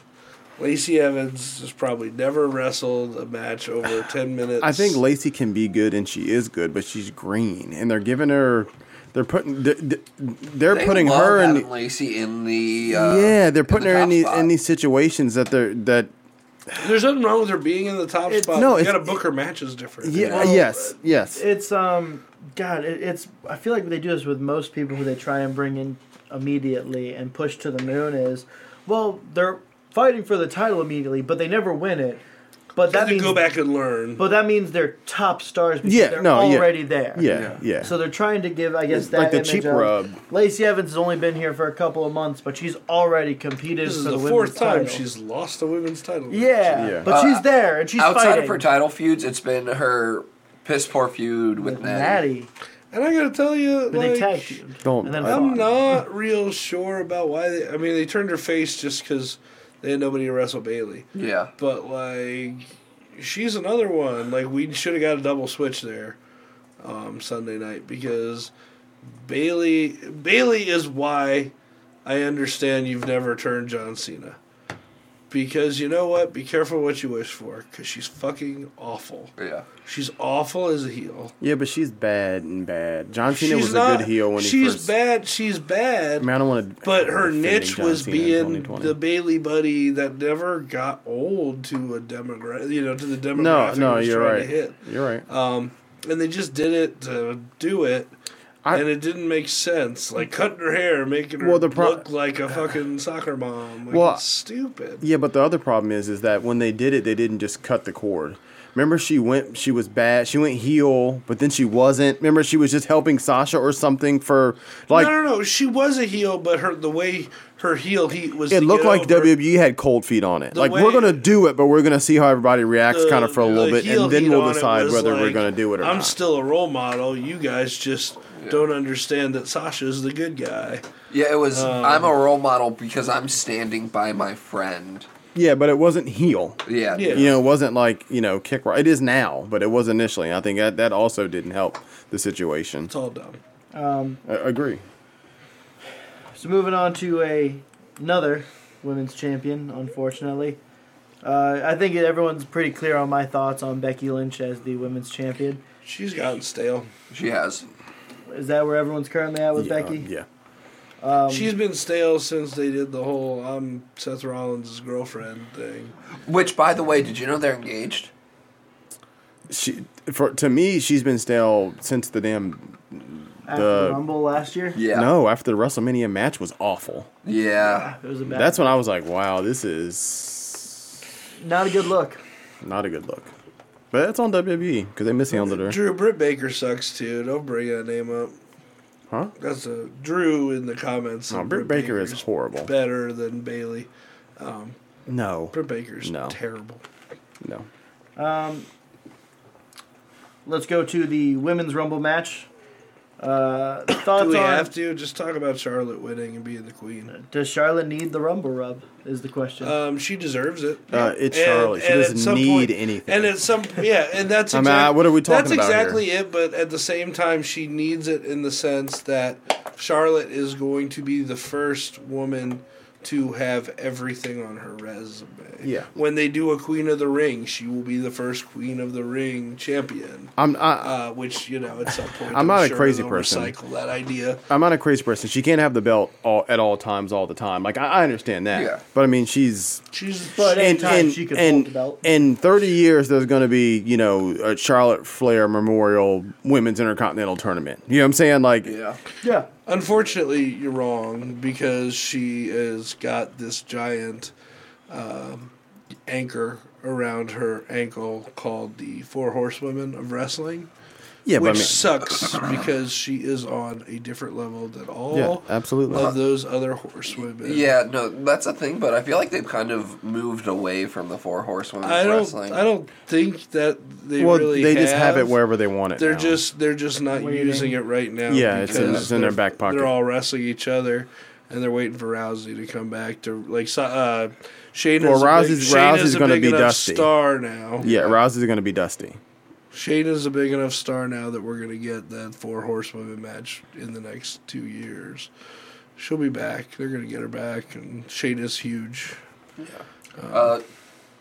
[SPEAKER 3] Lacey Evans has probably never wrestled a match
[SPEAKER 5] *sighs*
[SPEAKER 3] over ten minutes.
[SPEAKER 5] I think Lacey can be good, and she is good, but she's green, and they're giving her, they're putting, they're, they're
[SPEAKER 4] They
[SPEAKER 5] putting
[SPEAKER 4] love
[SPEAKER 5] her in.
[SPEAKER 4] having Lacey in the uh,
[SPEAKER 5] yeah, they're
[SPEAKER 4] in
[SPEAKER 5] putting
[SPEAKER 4] the
[SPEAKER 5] her
[SPEAKER 4] top
[SPEAKER 5] in these
[SPEAKER 4] spot.
[SPEAKER 5] in these situations that they're that.
[SPEAKER 3] there's nothing wrong with her being in the top spot.
[SPEAKER 5] no,
[SPEAKER 3] you
[SPEAKER 5] it's-
[SPEAKER 3] gotta book her matches different.
[SPEAKER 5] Yeah,
[SPEAKER 2] Well,
[SPEAKER 5] yes, yes.
[SPEAKER 2] It's um, God, it, it's. I feel like they do this with most people who they try and bring in immediately and push to the moon. Is well, they're fighting for the title immediately, but they never win it. But
[SPEAKER 3] Then
[SPEAKER 2] that
[SPEAKER 3] they
[SPEAKER 2] means,
[SPEAKER 3] go back and learn.
[SPEAKER 2] but that means they're top stars because
[SPEAKER 5] Yeah,
[SPEAKER 2] they're
[SPEAKER 5] no, yeah.
[SPEAKER 2] already there.
[SPEAKER 5] yeah, yeah.
[SPEAKER 2] So they're trying to give, I guess,
[SPEAKER 5] It's
[SPEAKER 2] that
[SPEAKER 5] like the
[SPEAKER 2] image
[SPEAKER 5] cheap
[SPEAKER 2] of-
[SPEAKER 5] rub.
[SPEAKER 2] Lacey Evans has only been here for a couple of months, but she's already competed
[SPEAKER 3] This is
[SPEAKER 2] for
[SPEAKER 3] the,
[SPEAKER 2] the, women's
[SPEAKER 3] fourth time
[SPEAKER 2] title.
[SPEAKER 3] she's Uh, lost a women's title.
[SPEAKER 2] yeah,
[SPEAKER 5] Yeah.
[SPEAKER 2] but she's there and she's
[SPEAKER 4] Outside
[SPEAKER 2] fighting.
[SPEAKER 4] of her title feuds, it's been her piss poor feud with,
[SPEAKER 2] with
[SPEAKER 4] Natty.
[SPEAKER 2] Natty,
[SPEAKER 3] and I gotta tell you,
[SPEAKER 2] but they tag
[SPEAKER 3] like,
[SPEAKER 2] teamed.
[SPEAKER 5] Don't-
[SPEAKER 2] and then
[SPEAKER 5] I-
[SPEAKER 3] I'm
[SPEAKER 2] fought.
[SPEAKER 3] not real sure about why they. I mean, they turned her face just because they had nobody to wrestle Bailey.
[SPEAKER 4] Yeah.
[SPEAKER 3] But like, she's another one. Like, we should have got a double switch there um, Sunday night because Bailey Bailey is why I understand you've never turned John Cena. Because you know what? Be careful what you wish for. Because she's fucking awful.
[SPEAKER 4] Yeah.
[SPEAKER 3] She's awful as a heel.
[SPEAKER 5] Yeah, but she's bad and bad. John Cena
[SPEAKER 3] she's
[SPEAKER 5] was
[SPEAKER 3] not,
[SPEAKER 5] a good heel when he
[SPEAKER 3] she's
[SPEAKER 5] first.
[SPEAKER 3] bad. She's
[SPEAKER 5] I
[SPEAKER 3] bad.
[SPEAKER 5] mean, I don't want to.
[SPEAKER 3] But her niche was being the Bailey buddy that never got old to a demographic, you know, to the
[SPEAKER 5] No,
[SPEAKER 3] demographic.
[SPEAKER 5] no,
[SPEAKER 3] it was
[SPEAKER 5] you're
[SPEAKER 3] trying to
[SPEAKER 5] right.
[SPEAKER 3] hit.
[SPEAKER 5] You're right.
[SPEAKER 3] Um, and they just did it to do it,
[SPEAKER 5] I-
[SPEAKER 3] and it didn't make sense. Like cutting her hair, making her
[SPEAKER 5] Well, the pro-
[SPEAKER 3] look like a fucking soccer mom. Like,
[SPEAKER 5] Well,
[SPEAKER 3] it's stupid.
[SPEAKER 5] Yeah, but the other problem is, is that when they did it, they didn't just cut the cord. Remember, she went, she was bad. She went heel, but then she wasn't. Remember, she was just helping Sasha or something for like.
[SPEAKER 3] no, no, no. She was a heel, but her the way her heel heat was.
[SPEAKER 5] It
[SPEAKER 3] to
[SPEAKER 5] looked
[SPEAKER 3] get
[SPEAKER 5] like
[SPEAKER 3] over-
[SPEAKER 5] WWE had cold feet on it.
[SPEAKER 3] The
[SPEAKER 5] like
[SPEAKER 3] way-
[SPEAKER 5] we're gonna do it, but we're gonna see how everybody reacts,
[SPEAKER 3] the-
[SPEAKER 5] kind of for a little
[SPEAKER 3] the
[SPEAKER 5] bit,
[SPEAKER 3] heel
[SPEAKER 5] and then
[SPEAKER 3] heat on
[SPEAKER 5] we'll
[SPEAKER 3] it
[SPEAKER 5] decide
[SPEAKER 3] was
[SPEAKER 5] whether we're
[SPEAKER 3] like,
[SPEAKER 5] gonna do it or
[SPEAKER 3] I'm
[SPEAKER 5] not.
[SPEAKER 3] still a role model. You guys just don't understand that Sasha's the good guy.
[SPEAKER 4] Yeah, it was.
[SPEAKER 5] Uh.
[SPEAKER 4] I'm a role model because I'm standing by my friend.
[SPEAKER 5] yeah, but it wasn't heel.
[SPEAKER 4] Yeah.
[SPEAKER 3] Yeah.
[SPEAKER 5] You know, it wasn't like you know kick. Right. It is now, but it was initially. I think that, that also didn't help the situation.
[SPEAKER 3] It's all dumb.
[SPEAKER 5] I agree.
[SPEAKER 2] So moving on to a another women's champion, unfortunately. Uh, I think everyone's pretty clear on my thoughts on Becky Lynch as the women's champion.
[SPEAKER 3] She's gotten stale.
[SPEAKER 4] She has.
[SPEAKER 2] Is that where everyone's currently at with
[SPEAKER 5] yeah,
[SPEAKER 2] Becky?
[SPEAKER 5] Yeah. Um,
[SPEAKER 3] She's been stale since they did the whole "I'm Seth Rollins' girlfriend" thing.
[SPEAKER 4] Which, by the way, did you know they're engaged?
[SPEAKER 5] she for to me she's been stale since the damn
[SPEAKER 2] after
[SPEAKER 5] The-
[SPEAKER 2] the Rumble last year.
[SPEAKER 4] Yeah.
[SPEAKER 5] No, after the WrestleMania match was awful.
[SPEAKER 4] Yeah.
[SPEAKER 2] It was a bad,
[SPEAKER 5] That's when I was like, wow, this is
[SPEAKER 2] not a good look.
[SPEAKER 5] not a good look. But it's on WWE because they mishandled her.
[SPEAKER 3] Drew Britt Baker sucks too. Don't bring that name up.
[SPEAKER 5] Huh?
[SPEAKER 3] That's a Drew in the comments.
[SPEAKER 5] No,
[SPEAKER 3] said
[SPEAKER 5] Britt Baker is
[SPEAKER 3] Baker's
[SPEAKER 5] horrible.
[SPEAKER 3] Better than Bailey.
[SPEAKER 5] No.
[SPEAKER 3] Britt Baker's
[SPEAKER 5] No.
[SPEAKER 3] terrible.
[SPEAKER 5] No.
[SPEAKER 2] Let's go to the women's Rumble match. Uh, thoughts
[SPEAKER 3] Do we
[SPEAKER 2] on
[SPEAKER 3] have to just talk about Charlotte winning and being the queen?
[SPEAKER 2] does Charlotte need the Rumble rub? Is the question.
[SPEAKER 3] Um, she deserves it.
[SPEAKER 5] Uh, it's Charlotte. She doesn't
[SPEAKER 3] at some
[SPEAKER 5] need
[SPEAKER 3] point-
[SPEAKER 5] anything.
[SPEAKER 3] And at some yeah, and that's
[SPEAKER 5] I mean,
[SPEAKER 3] exactly
[SPEAKER 5] uh, what are we talking
[SPEAKER 3] that's
[SPEAKER 5] about
[SPEAKER 3] exactly it. But at the same time, she needs it in the sense that Charlotte is going to be the first woman to have everything on her resume.
[SPEAKER 5] Yeah.
[SPEAKER 3] When they do a Queen of the Ring, she will be the first Queen of the Ring champion.
[SPEAKER 5] I'm I,
[SPEAKER 3] Uh, which you know, at some point,
[SPEAKER 5] I'm not a
[SPEAKER 3] sure
[SPEAKER 5] crazy
[SPEAKER 3] they'll
[SPEAKER 5] person.
[SPEAKER 3] Recycle that idea.
[SPEAKER 5] I'm not a crazy person. She can't have the belt all, at all times, all the time. Like I, I understand that.
[SPEAKER 4] Yeah.
[SPEAKER 5] But I mean, she's
[SPEAKER 3] She's
[SPEAKER 2] But
[SPEAKER 5] in
[SPEAKER 2] anytime
[SPEAKER 5] in,
[SPEAKER 2] she could
[SPEAKER 5] in,
[SPEAKER 2] hold the belt.
[SPEAKER 5] in 30 years, there's going to be you know a Charlotte Flair Memorial Women's Intercontinental Tournament. You know what I'm saying? Like
[SPEAKER 4] Yeah.
[SPEAKER 2] yeah.
[SPEAKER 3] Unfortunately, you're wrong because she has got this giant um, anchor around her ankle called the Four Horsewomen of Wrestling,
[SPEAKER 5] yeah,
[SPEAKER 3] which
[SPEAKER 5] but I mean,
[SPEAKER 3] sucks because she is on a different level than all
[SPEAKER 5] Yeah, absolutely.
[SPEAKER 3] of those other horsewomen.
[SPEAKER 4] Yeah, no, that's a thing, but I feel like they've kind of moved away from the four horsewomen
[SPEAKER 3] I don't.
[SPEAKER 4] wrestling.
[SPEAKER 3] I don't think that they
[SPEAKER 5] well,
[SPEAKER 3] really.
[SPEAKER 5] they just have it wherever they want it.
[SPEAKER 3] They're
[SPEAKER 5] now.
[SPEAKER 3] just they're just not
[SPEAKER 2] Waiting.
[SPEAKER 3] using it right now.
[SPEAKER 5] Yeah, it's in-
[SPEAKER 3] because
[SPEAKER 5] it's in their
[SPEAKER 3] they're-
[SPEAKER 5] back pocket.
[SPEAKER 3] They're all wrestling each other, and they're waiting for Rousey to come back to like so- uh, Shane.
[SPEAKER 5] Well,
[SPEAKER 3] is a
[SPEAKER 5] Rousey's-
[SPEAKER 3] big, Shayna's
[SPEAKER 5] Rousey's
[SPEAKER 3] a
[SPEAKER 5] gonna
[SPEAKER 3] big
[SPEAKER 5] be
[SPEAKER 3] enough
[SPEAKER 5] dusty.
[SPEAKER 3] Star now.
[SPEAKER 5] yeah. Rousey's going to be dusty.
[SPEAKER 3] Shane is a big enough star now that we're gonna get that four horsewomen match in the next two years. She'll be back. They're gonna get her back, and Shane is huge.
[SPEAKER 4] uh,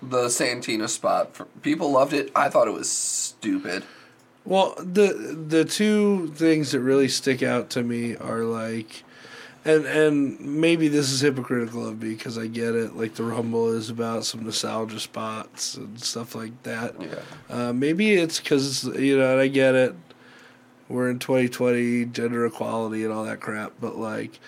[SPEAKER 4] the Santina spot, for, people loved it. I thought it was stupid.
[SPEAKER 3] Well, the the two things that really stick out to me are like, and and maybe this is hypocritical of me because I get it. Like the Rumble is about some nostalgia spots and stuff like that.
[SPEAKER 4] Yeah.
[SPEAKER 3] Uh, maybe it's because you know, and I get it. We're in 2020, gender equality, and all that crap. But like,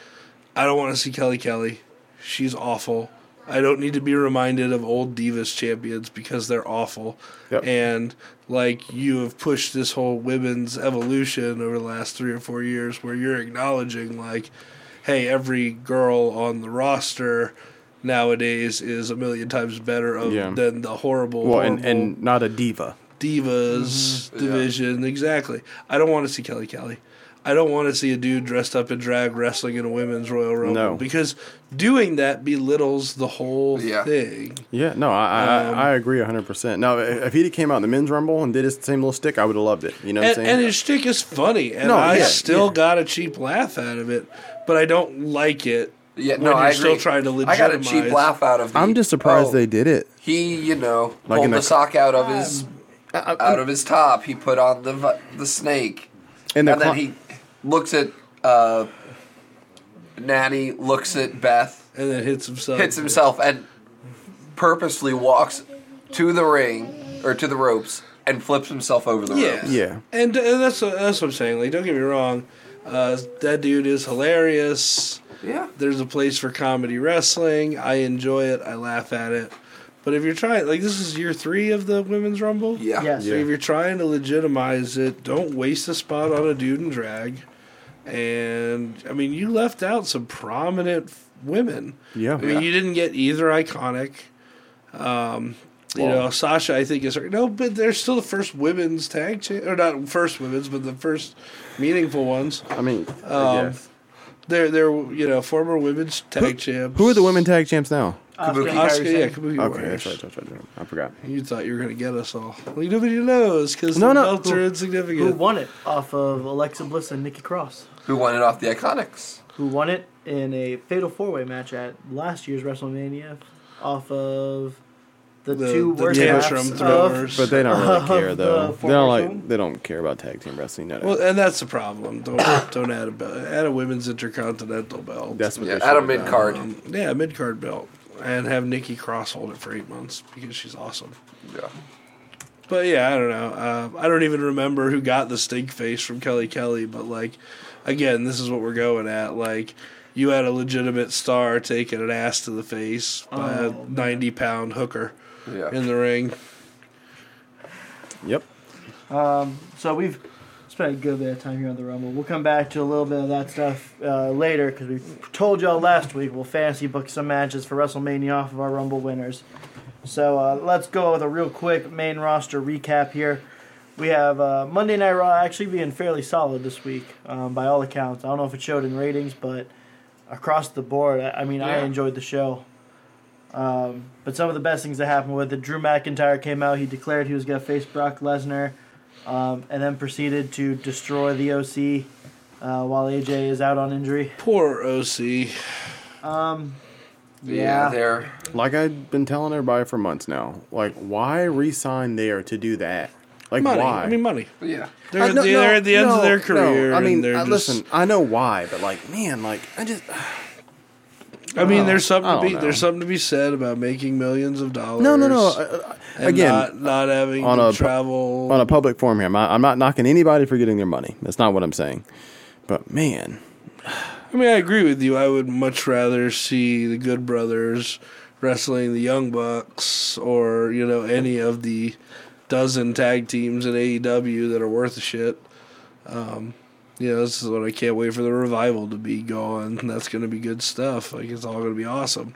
[SPEAKER 3] I don't want to see Kelly Kelly. She's awful. I don't need to be reminded of old Divas champions because they're awful.
[SPEAKER 5] Yep.
[SPEAKER 3] And like you have pushed this whole women's evolution over the last three or four years where you're acknowledging like, hey, every girl on the roster nowadays is a million times better of,
[SPEAKER 5] Yeah.
[SPEAKER 3] than the horrible,
[SPEAKER 5] Well,
[SPEAKER 3] horrible
[SPEAKER 5] and, and not a diva.
[SPEAKER 3] divas
[SPEAKER 4] Mm-hmm.
[SPEAKER 3] division. Exactly. I don't want to see Kelly Kelly. I don't want to see a dude dressed up in drag wrestling in a women's Royal Rumble
[SPEAKER 5] No.
[SPEAKER 3] because doing that belittles the whole
[SPEAKER 4] Yeah.
[SPEAKER 3] thing.
[SPEAKER 5] Yeah, no, I I,
[SPEAKER 3] Um,
[SPEAKER 5] I agree 100%. Now, if if he came out in the men's rumble and did his same little stick, I would have loved it. You know what
[SPEAKER 3] And,
[SPEAKER 5] I'm
[SPEAKER 3] and
[SPEAKER 5] saying?
[SPEAKER 3] his shtick is funny, and
[SPEAKER 5] No,
[SPEAKER 3] I
[SPEAKER 5] yeah,
[SPEAKER 3] still
[SPEAKER 5] yeah.
[SPEAKER 3] got a cheap laugh out of it, but I don't like it.
[SPEAKER 4] Yeah,
[SPEAKER 3] when
[SPEAKER 4] no,
[SPEAKER 3] you're
[SPEAKER 4] I agree.
[SPEAKER 3] still trying to
[SPEAKER 4] I got a
[SPEAKER 3] legitimize.
[SPEAKER 4] cheap laugh out of. The,
[SPEAKER 5] I'm just surprised
[SPEAKER 4] oh,
[SPEAKER 5] they did it.
[SPEAKER 4] He, you know,
[SPEAKER 5] Like in
[SPEAKER 4] pulled the,
[SPEAKER 5] the-
[SPEAKER 4] sock out of his
[SPEAKER 3] Um,
[SPEAKER 4] out of his top. He put on the vi- the snake,
[SPEAKER 5] And, the
[SPEAKER 4] and then
[SPEAKER 5] con-
[SPEAKER 4] he looks at uh, Natty, looks at Beth,
[SPEAKER 3] and then hits himself.
[SPEAKER 4] hits himself, and purposely walks to the ring or to the ropes and flips himself over the
[SPEAKER 3] Yeah,
[SPEAKER 4] ropes.
[SPEAKER 5] Yeah.
[SPEAKER 3] And, and that's that's what I'm saying. Like, don't get me wrong, uh, that dude is hilarious.
[SPEAKER 4] Yeah.
[SPEAKER 3] there's a place for comedy wrestling. I enjoy it. I laugh at it. But if you're trying, like this is year three of the women's rumble.
[SPEAKER 4] Yeah.
[SPEAKER 2] Yes.
[SPEAKER 3] So if you're trying to legitimize it, don't waste a spot on a dude in drag. And I mean, you left out some prominent f- women.
[SPEAKER 5] Yeah.
[SPEAKER 3] I mean, you didn't get either iconic. Um, you
[SPEAKER 5] Well-
[SPEAKER 3] know, Sasha, I think is no, but they're still the first women's tag cha- or not first women's, but the first meaningful ones.
[SPEAKER 5] I mean,
[SPEAKER 3] Uh,
[SPEAKER 5] I
[SPEAKER 3] um,
[SPEAKER 5] guess.
[SPEAKER 3] They're they're you know former women's tag champs.
[SPEAKER 5] who are the women tag champs now?
[SPEAKER 2] Oscar,
[SPEAKER 4] Kabuki.
[SPEAKER 3] Oscar, yeah,
[SPEAKER 2] Harrison.
[SPEAKER 3] Kabuki
[SPEAKER 5] Okay,
[SPEAKER 3] Warriors.
[SPEAKER 5] that's right, that's right, that's right. I forgot.
[SPEAKER 3] You thought you were gonna get us all. Well, nobody knows because
[SPEAKER 5] No,
[SPEAKER 3] the
[SPEAKER 5] no,
[SPEAKER 3] belts
[SPEAKER 5] who-
[SPEAKER 3] are
[SPEAKER 2] Who
[SPEAKER 3] insignificant.
[SPEAKER 2] won it off of Alexa Bliss and Nikki Cross?
[SPEAKER 4] Who won it off the Iconics?
[SPEAKER 2] Who won it in a fatal four way match at last year's WrestleMania off of the,
[SPEAKER 3] The-
[SPEAKER 2] two
[SPEAKER 3] the
[SPEAKER 2] worst
[SPEAKER 3] tantrum
[SPEAKER 2] halves of-
[SPEAKER 3] throwers.
[SPEAKER 5] But they
[SPEAKER 3] *laughs*
[SPEAKER 5] don't really care
[SPEAKER 2] Of
[SPEAKER 5] though.
[SPEAKER 2] the
[SPEAKER 5] They don't like.
[SPEAKER 2] former
[SPEAKER 5] They don't care about tag team wrestling. No, no.
[SPEAKER 3] well, and that's the problem. Don't *coughs* don't add a belt. Add a women's intercontinental belt.
[SPEAKER 5] that's what
[SPEAKER 4] Yeah,
[SPEAKER 5] they're
[SPEAKER 4] at a mid card.
[SPEAKER 3] um, yeah, mid card belt, and have Nikki Cross hold it for eight months because she's awesome.
[SPEAKER 4] Yeah.
[SPEAKER 3] But yeah, I don't know. Uh, I don't even remember who got the stink face from Kelly Kelly, but like again, this is what we're going at. Like, you had a legitimate star taking an ass to the face by
[SPEAKER 2] Oh,
[SPEAKER 3] a 90 pound hooker
[SPEAKER 4] Yeah.
[SPEAKER 3] in the ring.
[SPEAKER 5] Yep.
[SPEAKER 2] So we've spent a good bit of time here on the Rumble. We'll come back to a little bit of that stuff uh, later because we told y'all last week we'll fantasy book some matches for WrestleMania off of our Rumble winners. So uh, let's go with a real quick main roster recap here. We have uh, Monday Night Raw actually being fairly solid this week um, by all accounts. I don't know if it showed in ratings, but across the board, I, I mean, I
[SPEAKER 4] Yeah.
[SPEAKER 2] enjoyed the show. Um, but some of the best things that happened with it, Drew McIntyre came out. He declared he was going to face Brock Lesnar, um, and then proceeded to destroy the OC uh, while AJ is out on injury.
[SPEAKER 3] Poor OC.
[SPEAKER 2] Yeah.
[SPEAKER 4] There.
[SPEAKER 5] Like I've been telling everybody for months now. Like, why resign there to do that? Like,
[SPEAKER 3] Money.
[SPEAKER 5] why?
[SPEAKER 3] I mean, money.
[SPEAKER 4] Yeah.
[SPEAKER 3] They're,
[SPEAKER 5] I-
[SPEAKER 3] at
[SPEAKER 5] Uh, no,
[SPEAKER 3] the,
[SPEAKER 5] no,
[SPEAKER 3] they're at the end
[SPEAKER 5] no,
[SPEAKER 3] of their
[SPEAKER 5] no.
[SPEAKER 3] career.
[SPEAKER 5] I mean,
[SPEAKER 3] and they're
[SPEAKER 5] I-
[SPEAKER 3] just,
[SPEAKER 5] listen, I know why, but like, man, like,
[SPEAKER 3] *sighs*
[SPEAKER 5] I just
[SPEAKER 3] I mean, there's something
[SPEAKER 5] I
[SPEAKER 3] to
[SPEAKER 5] don't
[SPEAKER 3] be
[SPEAKER 5] know.
[SPEAKER 3] there's something to be said about making millions of dollars.
[SPEAKER 5] no, no, no. I- I-
[SPEAKER 3] and
[SPEAKER 5] Again,
[SPEAKER 3] not, not having
[SPEAKER 5] on
[SPEAKER 3] to
[SPEAKER 5] a-
[SPEAKER 3] travel.
[SPEAKER 5] on a public forum here, I'm not, I'm not knocking anybody for getting their money. That's not what I'm saying. But man,
[SPEAKER 3] I mean, I agree with you. I would much rather see the Good Brothers wrestling the Young Bucks or, you know, any of the dozen tag teams in AEW that are worth a shit. Um, you know, this is what I can't wait for the revival to be going. That's going to be good stuff. Like, it's all going to be awesome.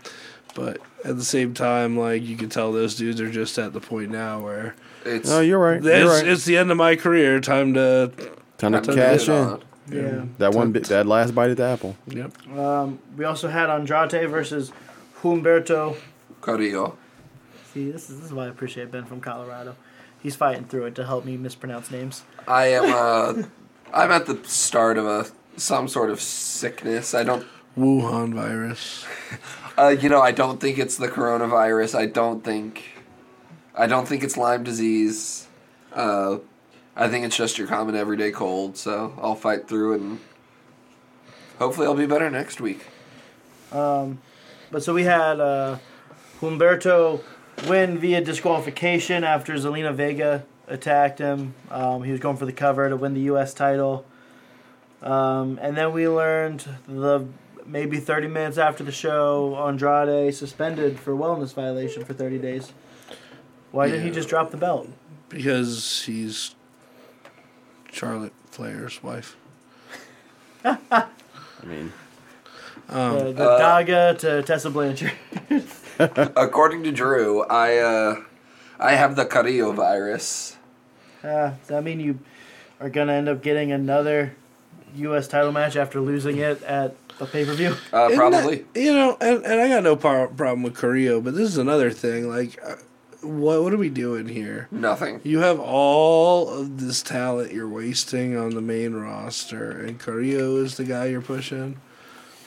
[SPEAKER 3] But at the same time, like, you can tell those dudes are just at the point now where
[SPEAKER 4] It's
[SPEAKER 5] no, you're right.
[SPEAKER 3] it's,
[SPEAKER 5] You're right.
[SPEAKER 3] it's the end of my career. Time to,
[SPEAKER 5] Time to
[SPEAKER 4] I'm
[SPEAKER 5] cash
[SPEAKER 4] good
[SPEAKER 5] in.
[SPEAKER 4] on it.
[SPEAKER 2] Yeah.
[SPEAKER 5] That one, bit, that last bite at the apple.
[SPEAKER 3] yep.
[SPEAKER 2] Um, we also had Andrade versus Humberto.
[SPEAKER 4] Carrillo.
[SPEAKER 2] See, this is, this is why I appreciate Ben from Colorado. He's fighting through it to help me mispronounce names.
[SPEAKER 4] I am. Uh, *laughs* I'm at the start of a some sort of sickness. I don't.
[SPEAKER 3] Wuhan virus.
[SPEAKER 4] Uh, you know, I don't think it's the coronavirus. I don't think. I don't think it's Lyme disease. Uh, I think it's just your common everyday cold. So I'll fight through it and hopefully I'll be better next week.
[SPEAKER 2] But so we had uh, Humberto win via disqualification after Zelina Vega attacked him. Um, he was going for the cover to win the U.S. title. Um, and then we learned the maybe 30 minutes after the show, Andrade suspended for wellness violation for 30 days. Why didn't he
[SPEAKER 3] Yeah.
[SPEAKER 2] just drop the belt?
[SPEAKER 3] Because he's Charlotte Flair's wife.
[SPEAKER 5] I mean,
[SPEAKER 3] Um, Oh.
[SPEAKER 2] the the
[SPEAKER 4] Uh,
[SPEAKER 2] Daga to Tessa Blanchard. *laughs*
[SPEAKER 4] According to Drew, I uh, I have the Carrillo virus.
[SPEAKER 2] Uh, does that mean you are going to end up getting another U.S. title match after losing it at a pay per view?
[SPEAKER 3] Isn't
[SPEAKER 4] Uh,
[SPEAKER 3] that-
[SPEAKER 4] probably.
[SPEAKER 3] you know, and, and I got no par- problem with Carrillo, but this is another thing. Like, uh, what what are we doing here?
[SPEAKER 4] Nothing.
[SPEAKER 3] You have all of this talent you're wasting on the main roster, and Carrillo is the guy you're pushing.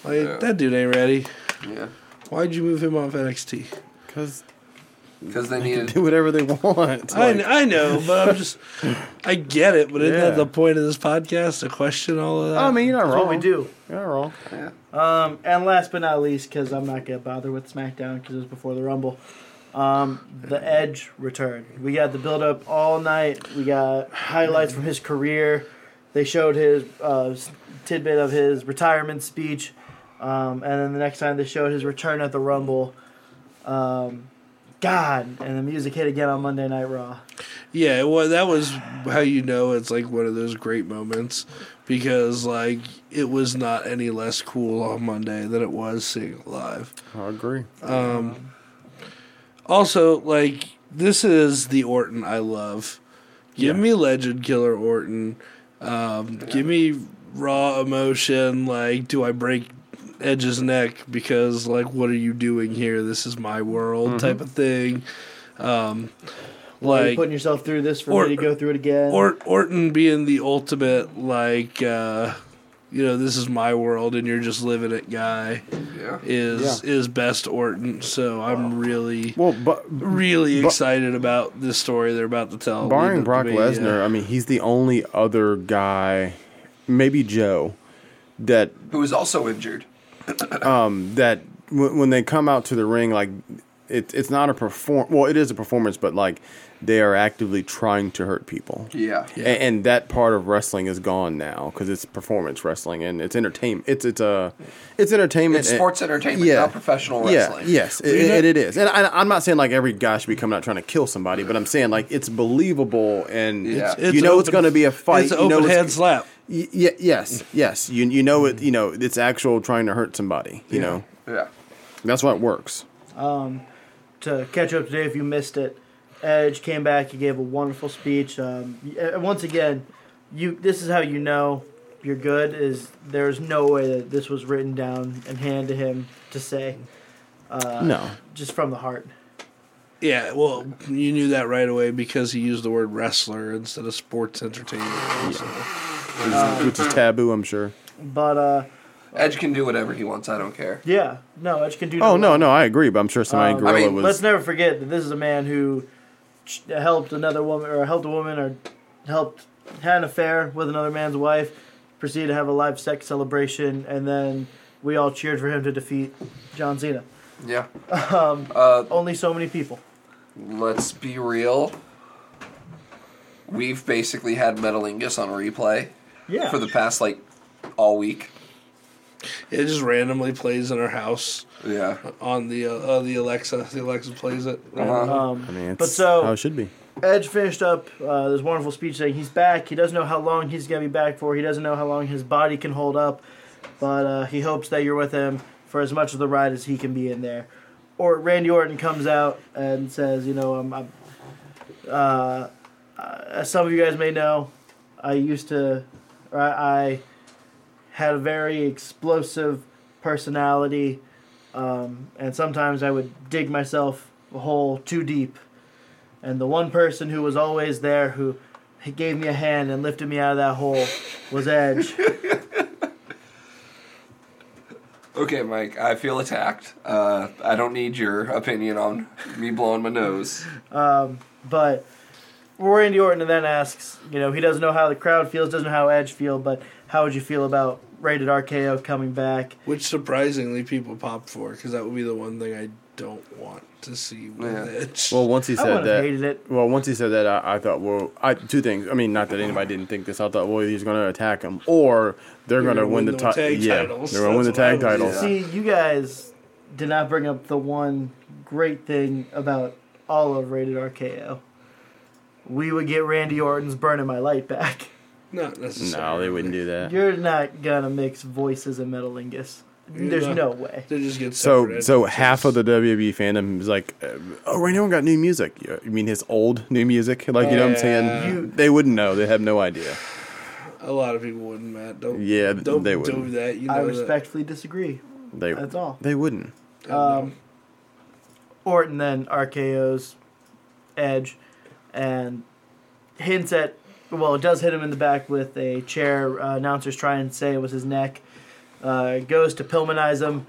[SPEAKER 3] Like
[SPEAKER 4] Yeah.
[SPEAKER 3] that dude ain't ready.
[SPEAKER 4] Yeah.
[SPEAKER 3] Why'd you move him off NXT?
[SPEAKER 5] because
[SPEAKER 4] Because they
[SPEAKER 5] they can
[SPEAKER 4] needed.
[SPEAKER 5] *laughs* do whatever they want.
[SPEAKER 3] I, kn-
[SPEAKER 5] Like,
[SPEAKER 3] I know, but I'm just I get it. But isn't
[SPEAKER 5] Yeah.
[SPEAKER 3] that the point of this podcast to question all of that?
[SPEAKER 5] I mean, you're not
[SPEAKER 2] That's
[SPEAKER 5] wrong.
[SPEAKER 2] what we do.
[SPEAKER 5] You're not wrong.
[SPEAKER 4] Yeah.
[SPEAKER 2] Um, and last but not least, because I'm not gonna bother with SmackDown because it was before the Rumble. Um, the Edge return. We got the build up all night. We got highlights from his career. They showed his uh, s- tidbit of his retirement speech, um, and then the next time they showed his return at the Rumble. Um, God, and the music hit again on Monday Night Raw.
[SPEAKER 3] Yeah, well, that was how you know it's like one of those great moments because like it was not any less cool on Monday than it was seeing it live.
[SPEAKER 5] I agree.
[SPEAKER 3] Also, like this is the Orton I love. Give
[SPEAKER 5] Yeah.
[SPEAKER 3] me Legend Killer Orton. Um, Give me raw emotion. Like, do I break Edge's neck because like what are you doing here? This is my world type of thing. Um,
[SPEAKER 2] Are you
[SPEAKER 3] like
[SPEAKER 2] putting yourself through this for
[SPEAKER 3] or-
[SPEAKER 2] me to go through it again?
[SPEAKER 3] Or- Orton being the ultimate, like, uh, you know, this is my world and you're just living it guy
[SPEAKER 4] Yeah.
[SPEAKER 3] is is best Orton. So I'm really,
[SPEAKER 5] Well, but
[SPEAKER 3] really
[SPEAKER 5] bu-
[SPEAKER 3] excited about this story they're about to tell.
[SPEAKER 5] barring
[SPEAKER 3] leading
[SPEAKER 5] Brock
[SPEAKER 3] up to uh, Mania.
[SPEAKER 5] Lesnar, I mean, he's the only other guy, maybe Joe, that
[SPEAKER 4] Who was also injured.
[SPEAKER 5] that w- when they come out to the ring, like it, it's not a perform. Well, it is a performance, but like they are actively trying to hurt people.
[SPEAKER 4] Yeah.
[SPEAKER 5] A- And, that part of wrestling is gone now because it's performance wrestling and it's entertainment. It's it's uh, it's entertainment.
[SPEAKER 4] It's
[SPEAKER 5] and-
[SPEAKER 4] sports entertainment,
[SPEAKER 5] yeah.
[SPEAKER 4] not professional wrestling.
[SPEAKER 5] Yeah, yes, it, it- it is. And I, I'm not saying like every guy should be coming out trying to kill somebody, but I'm saying like it's believable and
[SPEAKER 4] Yeah.
[SPEAKER 5] you know it's going to be a fight.
[SPEAKER 3] It's an
[SPEAKER 5] you know
[SPEAKER 3] open
[SPEAKER 5] it's-
[SPEAKER 3] hand slap.
[SPEAKER 5] Y- y- yes, yes. You you know it. You know it's actual trying to hurt somebody. You know
[SPEAKER 4] Yeah.
[SPEAKER 5] that's why it works.
[SPEAKER 2] to catch up today if you missed it. Edge came back. He gave a wonderful speech. Um, y- uh, once again, you this is how you know you're good. Is there's no way that this was written down and handed to him to say. Uh,
[SPEAKER 5] No.
[SPEAKER 2] just from the heart.
[SPEAKER 3] Yeah, well, you knew that right away because he used the word wrestler instead of sports entertainment. So,
[SPEAKER 5] Which is, which is taboo, I'm sure.
[SPEAKER 2] But uh,
[SPEAKER 4] Edge can do whatever he wants. I don't care.
[SPEAKER 2] yeah, no, Edge can do.
[SPEAKER 5] Oh no,
[SPEAKER 2] wrong.
[SPEAKER 5] no, I agree, but I'm sure somebody
[SPEAKER 2] Um,
[SPEAKER 5] gorilla
[SPEAKER 4] I mean,
[SPEAKER 5] was.
[SPEAKER 2] Let's never forget that this is a man who ch- helped another woman, or helped a woman, or helped had an affair with another man's wife, proceeded to have a live sex celebration, and then we all cheered for him to defeat John Cena.
[SPEAKER 4] Yeah. uh,
[SPEAKER 2] Only so many people.
[SPEAKER 4] let's be real. We've basically had Metalingus on replay
[SPEAKER 2] Yeah.
[SPEAKER 4] for the past like all week.
[SPEAKER 3] it just randomly plays in our house
[SPEAKER 4] Yeah.
[SPEAKER 3] on the uh, uh, the Alexa. The Alexa plays it.
[SPEAKER 4] Uh-huh.
[SPEAKER 2] um,
[SPEAKER 5] I mean, it's
[SPEAKER 2] but so
[SPEAKER 5] how it should be.
[SPEAKER 2] Edge finished up uh, this wonderful speech saying he's back. He doesn't know how long he's going to be back for. He doesn't know how long his body can hold up, but uh, he hopes that you're with him for as much of the ride as he can be in there. Or Randy Orton comes out and says, you know, um, I'm, I'm uh, as some of you guys may know, I used to, or I, I had a very explosive personality, um, and sometimes I would dig myself a hole too deep. And the one person who was always there who he gave me a hand and lifted me out of that hole was Edge.
[SPEAKER 4] Okay, Mike. I feel attacked. Uh, I don't need your opinion on me blowing my nose.
[SPEAKER 2] but Randy Orton then asks, you know, he doesn't know how the crowd feels, doesn't know how Edge feel, but how would you feel about Rated RKO coming back?
[SPEAKER 3] Which surprisingly people pop for because that would be the one thing I don't want to see with
[SPEAKER 4] Yeah.
[SPEAKER 3] Edge.
[SPEAKER 5] Well, once he
[SPEAKER 2] I
[SPEAKER 5] said
[SPEAKER 2] wouldn't have
[SPEAKER 5] that,
[SPEAKER 2] hated it.
[SPEAKER 5] well, once he said that, I, I thought, well, I two things. I mean, not that anybody didn't think this. I thought, well, he's going to attack him, or they're going to
[SPEAKER 3] gonna
[SPEAKER 5] win,
[SPEAKER 3] win
[SPEAKER 5] the,
[SPEAKER 3] the
[SPEAKER 5] ti-
[SPEAKER 3] tag
[SPEAKER 5] yeah,
[SPEAKER 3] titles.
[SPEAKER 5] they're going to win the
[SPEAKER 3] That's what I
[SPEAKER 5] tag
[SPEAKER 3] was-
[SPEAKER 5] titles.
[SPEAKER 4] Yeah.
[SPEAKER 2] See, you guys did not bring up the one great thing about all of Rated RKO. We would get Randy Orton's burning my light back.
[SPEAKER 3] *laughs*
[SPEAKER 2] *laughs*
[SPEAKER 3] not necessarily.
[SPEAKER 5] No, they wouldn't do that.
[SPEAKER 2] You're not gonna mix voices and Metalingus. There's
[SPEAKER 3] not.
[SPEAKER 2] no way.
[SPEAKER 3] They just get
[SPEAKER 5] So,
[SPEAKER 3] separate
[SPEAKER 5] so
[SPEAKER 3] entrances.
[SPEAKER 5] half of the WWE fandom is like, uh, oh, Randy Orton got new music. Yeah, You mean his old new music? Like, you know what I'm saying?
[SPEAKER 2] You-
[SPEAKER 5] they wouldn't know. They have no idea.
[SPEAKER 3] a lot of people wouldn't, Matt. Don't
[SPEAKER 5] Yeah, th-
[SPEAKER 3] don't
[SPEAKER 5] they
[SPEAKER 3] do
[SPEAKER 5] wouldn't.
[SPEAKER 3] that. You know
[SPEAKER 2] I
[SPEAKER 3] that.
[SPEAKER 2] respectfully disagree.
[SPEAKER 5] They
[SPEAKER 2] That's all.
[SPEAKER 5] They wouldn't.
[SPEAKER 3] I know.
[SPEAKER 2] Orton then RKO's Edge and hints at, well, it does hit him in the back with a chair. Uh, announcers try and say it was his neck. Uh, goes to Pillmanize him.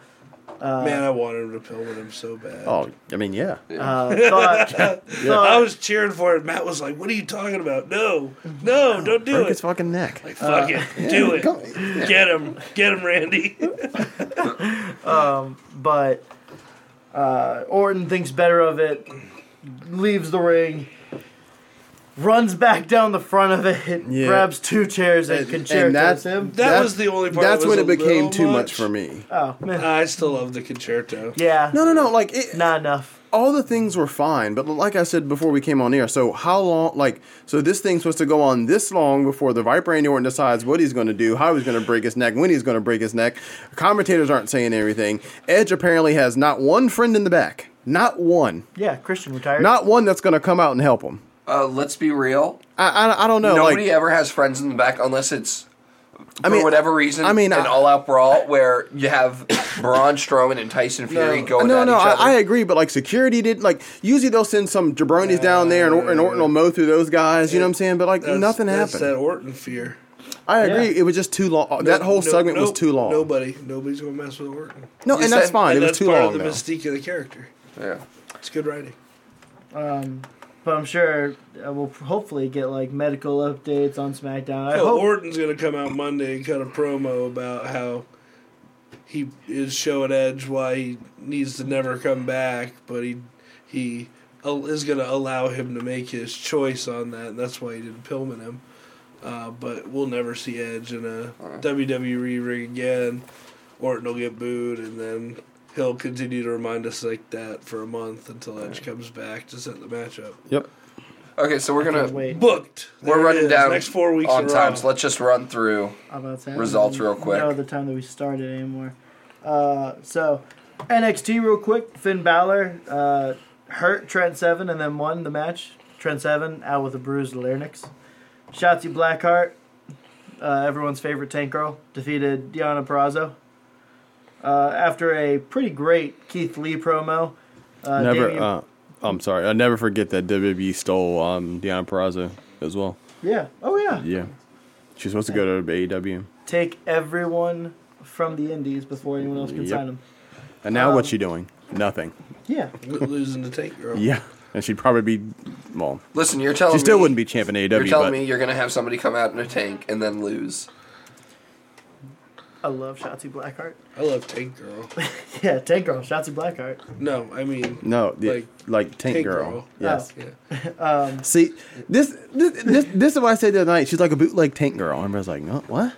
[SPEAKER 2] Uh,
[SPEAKER 3] Man, I wanted him to pill with him so bad.
[SPEAKER 5] Oh, I mean, yeah.
[SPEAKER 2] uh,
[SPEAKER 5] *laughs*
[SPEAKER 2] thought,
[SPEAKER 3] I
[SPEAKER 2] thought
[SPEAKER 3] was cheering for it. Matt was like, "What are you talking about? No, no, don't do
[SPEAKER 5] Break his
[SPEAKER 3] it!
[SPEAKER 5] fucking neck.
[SPEAKER 3] Like, fuck it, do it, get him, get him,
[SPEAKER 5] *laughs*
[SPEAKER 3] Randy."
[SPEAKER 2] but uh, Orton thinks better of it, leaves the ring, runs back down the front of it,
[SPEAKER 5] Yeah.
[SPEAKER 2] grabs two chairs and,
[SPEAKER 5] And-
[SPEAKER 2] concertos
[SPEAKER 5] and that's-
[SPEAKER 2] him.
[SPEAKER 3] That was the only part.
[SPEAKER 5] That's
[SPEAKER 3] that was
[SPEAKER 5] when
[SPEAKER 3] a
[SPEAKER 5] it became
[SPEAKER 3] little
[SPEAKER 5] too much. for me.
[SPEAKER 2] Oh man,
[SPEAKER 3] I still love the concerto.
[SPEAKER 2] yeah,
[SPEAKER 5] No, no, no. Like it,
[SPEAKER 2] not enough.
[SPEAKER 5] all the things were fine, but like I said before we came on air, so how long? Like, so this thing's supposed to go on this long before the Viper Randy Orton decides what he's going to do, how he's going to break his neck, when he's going to break his neck. Commentators aren't saying everything. Edge apparently has not one friend in the back, not one,
[SPEAKER 2] Yeah, Christian retired.
[SPEAKER 5] not one that's going to come out and help him.
[SPEAKER 4] Uh, let's be real.
[SPEAKER 5] I, I, I don't know.
[SPEAKER 4] Nobody
[SPEAKER 5] *laughs* like,
[SPEAKER 4] ever has friends in the back unless it's for
[SPEAKER 5] mean,
[SPEAKER 4] whatever reason.
[SPEAKER 5] I mean,
[SPEAKER 4] an
[SPEAKER 5] I-
[SPEAKER 4] all-out brawl where you have *coughs* Braun Strowman and Tyson Fury going
[SPEAKER 5] no,
[SPEAKER 4] at
[SPEAKER 5] no,
[SPEAKER 4] each
[SPEAKER 5] I,
[SPEAKER 4] other.
[SPEAKER 5] I agree, but like security did like usually they'll send some jabronis down there and, Or- and Orton will mow through those guys. You know what I'm saying? But like
[SPEAKER 3] That's-
[SPEAKER 5] nothing
[SPEAKER 3] that's
[SPEAKER 5] happened.
[SPEAKER 3] That Orton fear.
[SPEAKER 5] I agree. It was just too long. that
[SPEAKER 3] No-
[SPEAKER 5] whole
[SPEAKER 3] no-
[SPEAKER 5] segment was
[SPEAKER 3] nope,
[SPEAKER 5] too long.
[SPEAKER 3] Nobody, nobody's gonna mess with Orton.
[SPEAKER 5] No,
[SPEAKER 4] You
[SPEAKER 5] and that's
[SPEAKER 4] said-
[SPEAKER 5] fine.
[SPEAKER 3] And
[SPEAKER 5] it
[SPEAKER 3] that's
[SPEAKER 5] was too
[SPEAKER 3] part of
[SPEAKER 5] long.
[SPEAKER 3] the
[SPEAKER 5] though.
[SPEAKER 3] mystique of the character.
[SPEAKER 4] Yeah.
[SPEAKER 3] It's good writing.
[SPEAKER 2] Um, but I'm sure uh, we'll hopefully get like medical updates on SmackDown. I
[SPEAKER 3] Oh,
[SPEAKER 2] hope.
[SPEAKER 3] Orton's gonna come out Monday and cut a promo about how he is showing Edge why he needs to never come back, but he he al- is going to allow him to make his choice on that. And that's why he didn't Pillman him. Uh, but we'll never see Edge in a WWE ring again. Orton will get booed, and then he'll continue to remind us like that for a month until Edge comes back to set the matchup.
[SPEAKER 5] Yep.
[SPEAKER 4] Okay, so we're gonna
[SPEAKER 2] Wait,
[SPEAKER 3] Booked. There
[SPEAKER 4] we're
[SPEAKER 3] it
[SPEAKER 4] running
[SPEAKER 3] is.
[SPEAKER 4] down
[SPEAKER 3] next four weeks
[SPEAKER 4] on
[SPEAKER 3] are
[SPEAKER 4] time.
[SPEAKER 3] Raw.
[SPEAKER 4] So let's just run through.
[SPEAKER 2] I'm about to
[SPEAKER 4] Results real quick.
[SPEAKER 2] No, the time that we started anymore. Uh, so NXT real quick. Finn Balor uh, hurt Trent Seven and then won the match. Trent Seven out with a bruised larynx. Shotzi Blackheart, uh, everyone's favorite tank girl, defeated Diana Perrazzo. Uh, after a pretty great Keith Lee promo. Uh,
[SPEAKER 5] never.
[SPEAKER 2] Damian-
[SPEAKER 5] Uh, I'm sorry. I never forget that WWE stole um Deanna Peraza as well.
[SPEAKER 2] yeah. Oh yeah.
[SPEAKER 5] Yeah. She's supposed to E go to AEW.
[SPEAKER 2] Take everyone from the Indies before anyone else can
[SPEAKER 5] Yep.
[SPEAKER 2] sign them.
[SPEAKER 5] And now
[SPEAKER 2] Um,
[SPEAKER 5] what's she doing? Nothing.
[SPEAKER 2] Yeah.
[SPEAKER 3] losing the tank girl.
[SPEAKER 5] Yeah. *laughs* And she'd probably be, well,
[SPEAKER 4] Listen, you're telling
[SPEAKER 5] she still
[SPEAKER 4] Oh, me,
[SPEAKER 5] wouldn't be champion AEW.
[SPEAKER 4] You're telling
[SPEAKER 5] but
[SPEAKER 4] me you're gonna have somebody come out in a tank and then lose.
[SPEAKER 2] I love Shotzi Blackheart.
[SPEAKER 3] I love Tank Girl.
[SPEAKER 2] *laughs* Yeah, Tank Girl, Shotzi Blackheart.
[SPEAKER 3] No, I mean,
[SPEAKER 5] No, the,
[SPEAKER 3] Like,
[SPEAKER 5] like, Tank,
[SPEAKER 3] Tank
[SPEAKER 5] Girl.
[SPEAKER 3] Girl.
[SPEAKER 5] Yes.
[SPEAKER 2] Oh.
[SPEAKER 3] yeah.
[SPEAKER 5] See, this this, this this is what I said the other night. She's like a bootleg Tank Girl. And everybody's like, no, what?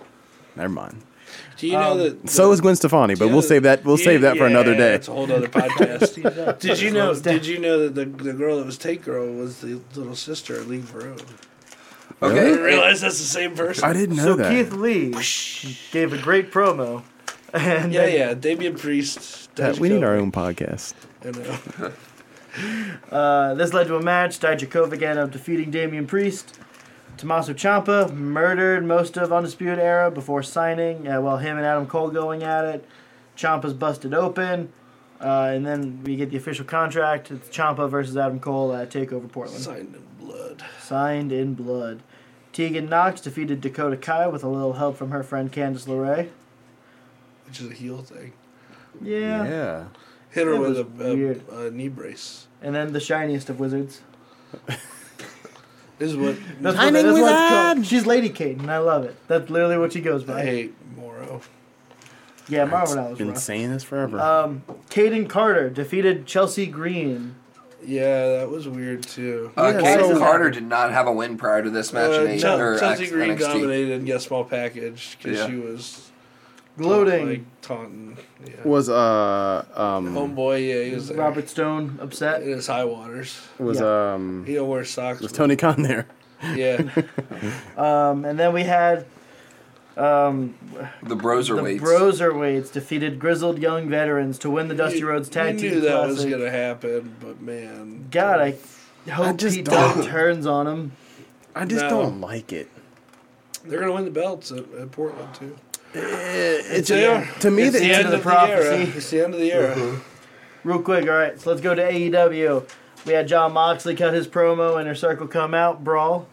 [SPEAKER 5] Never mind.
[SPEAKER 3] Do you
[SPEAKER 2] Um,
[SPEAKER 3] know that?
[SPEAKER 5] So is Gwen Stefani, but
[SPEAKER 3] Yeah,
[SPEAKER 5] we'll save that. We'll
[SPEAKER 3] yeah,
[SPEAKER 5] save that for another
[SPEAKER 3] yeah,
[SPEAKER 5] day.
[SPEAKER 3] That's a whole
[SPEAKER 2] *laughs*
[SPEAKER 3] other podcast. did you know?
[SPEAKER 2] us down.
[SPEAKER 3] Did you know that the, the girl that was Tank Girl was the little sister of Lee
[SPEAKER 5] *laughs*
[SPEAKER 3] Verone? I
[SPEAKER 4] Okay,
[SPEAKER 3] didn't realize that's the same person.
[SPEAKER 5] I didn't know
[SPEAKER 2] So
[SPEAKER 5] that.
[SPEAKER 2] Keith Lee gave a great promo, and
[SPEAKER 3] yeah,
[SPEAKER 2] then
[SPEAKER 3] yeah. Damian Priest.
[SPEAKER 5] Pat, we need our own podcast.
[SPEAKER 3] I know.
[SPEAKER 2] Uh, this led to a match. Dijakovic ended up defeating Damian Priest. Tommaso Ciampa murdered most of Undisputed Era before signing. Uh, well, him and Adam Cole going at it. Ciampa's busted open, uh, and then we get the official contract. It's Ciampa versus Adam Cole at Takeover Portland.
[SPEAKER 3] *laughs* Signed in blood.
[SPEAKER 2] Signed in blood. Tegan Knox defeated Dakota Kai with a little help from her friend Candice LeRae.
[SPEAKER 3] Which is a heel thing.
[SPEAKER 2] Yeah.
[SPEAKER 3] Hit her
[SPEAKER 2] That
[SPEAKER 3] with
[SPEAKER 2] was
[SPEAKER 3] a,
[SPEAKER 2] weird.
[SPEAKER 3] a, a knee brace.
[SPEAKER 2] And then the shiniest of wizards.
[SPEAKER 3] This is
[SPEAKER 2] *laughs*
[SPEAKER 3] what
[SPEAKER 2] That's what, that's what it's called. She's Lady Kate, and I love it. That's literally what she goes
[SPEAKER 3] I
[SPEAKER 2] by.
[SPEAKER 3] hate Moro.
[SPEAKER 2] Yeah, Marvel
[SPEAKER 5] I've
[SPEAKER 2] was
[SPEAKER 5] been
[SPEAKER 2] rough.
[SPEAKER 5] saying this forever.
[SPEAKER 2] Um, Caden Carter defeated Chelsea Green.
[SPEAKER 3] Yeah, that was weird too.
[SPEAKER 4] uh,
[SPEAKER 5] Yeah,
[SPEAKER 4] Kate
[SPEAKER 5] so-
[SPEAKER 4] Carter did not have a win prior to this match
[SPEAKER 3] Uh,
[SPEAKER 4] in eight,
[SPEAKER 3] Chel-
[SPEAKER 4] or
[SPEAKER 3] Chelsea
[SPEAKER 4] X-
[SPEAKER 3] Green
[SPEAKER 4] NXT.
[SPEAKER 3] dominated and got small package because
[SPEAKER 4] Yeah.
[SPEAKER 3] she was
[SPEAKER 2] Gloating.
[SPEAKER 3] like taunting. Yeah.
[SPEAKER 5] was uh um
[SPEAKER 3] Homeboy, yeah, he was there.
[SPEAKER 2] Robert Stone upset.
[SPEAKER 3] in his high waters.
[SPEAKER 5] was
[SPEAKER 2] yeah.
[SPEAKER 5] um
[SPEAKER 3] He don't wear socks.
[SPEAKER 5] was Tony Khan there?
[SPEAKER 3] Yeah,
[SPEAKER 2] Um, and then we had um,
[SPEAKER 4] The
[SPEAKER 2] the
[SPEAKER 4] Broser weights.
[SPEAKER 2] Broserweights defeated Grizzled Young Veterans to win the *laughs* Dusty
[SPEAKER 3] You-
[SPEAKER 2] Rhodes Tag
[SPEAKER 3] you
[SPEAKER 2] Team
[SPEAKER 3] knew that
[SPEAKER 2] Classic.
[SPEAKER 3] was gonna happen, but man,
[SPEAKER 2] God, I hope
[SPEAKER 5] just
[SPEAKER 2] he
[SPEAKER 5] don't-
[SPEAKER 2] don't turns on him.
[SPEAKER 5] I just
[SPEAKER 3] No.
[SPEAKER 5] don't like it.
[SPEAKER 3] they're gonna win the belts at, at Portland too.
[SPEAKER 5] It's,
[SPEAKER 3] They are.
[SPEAKER 5] to me
[SPEAKER 3] it's
[SPEAKER 5] the,
[SPEAKER 3] the,
[SPEAKER 2] end
[SPEAKER 3] end
[SPEAKER 2] of
[SPEAKER 3] of
[SPEAKER 2] the
[SPEAKER 3] the, era.
[SPEAKER 2] prophecy.
[SPEAKER 3] It's the end of the era.
[SPEAKER 2] Mm-hmm. Real quick, all right. So let's go to AEW. We had John Moxley cut his promo, Inner Circle come out, brawl.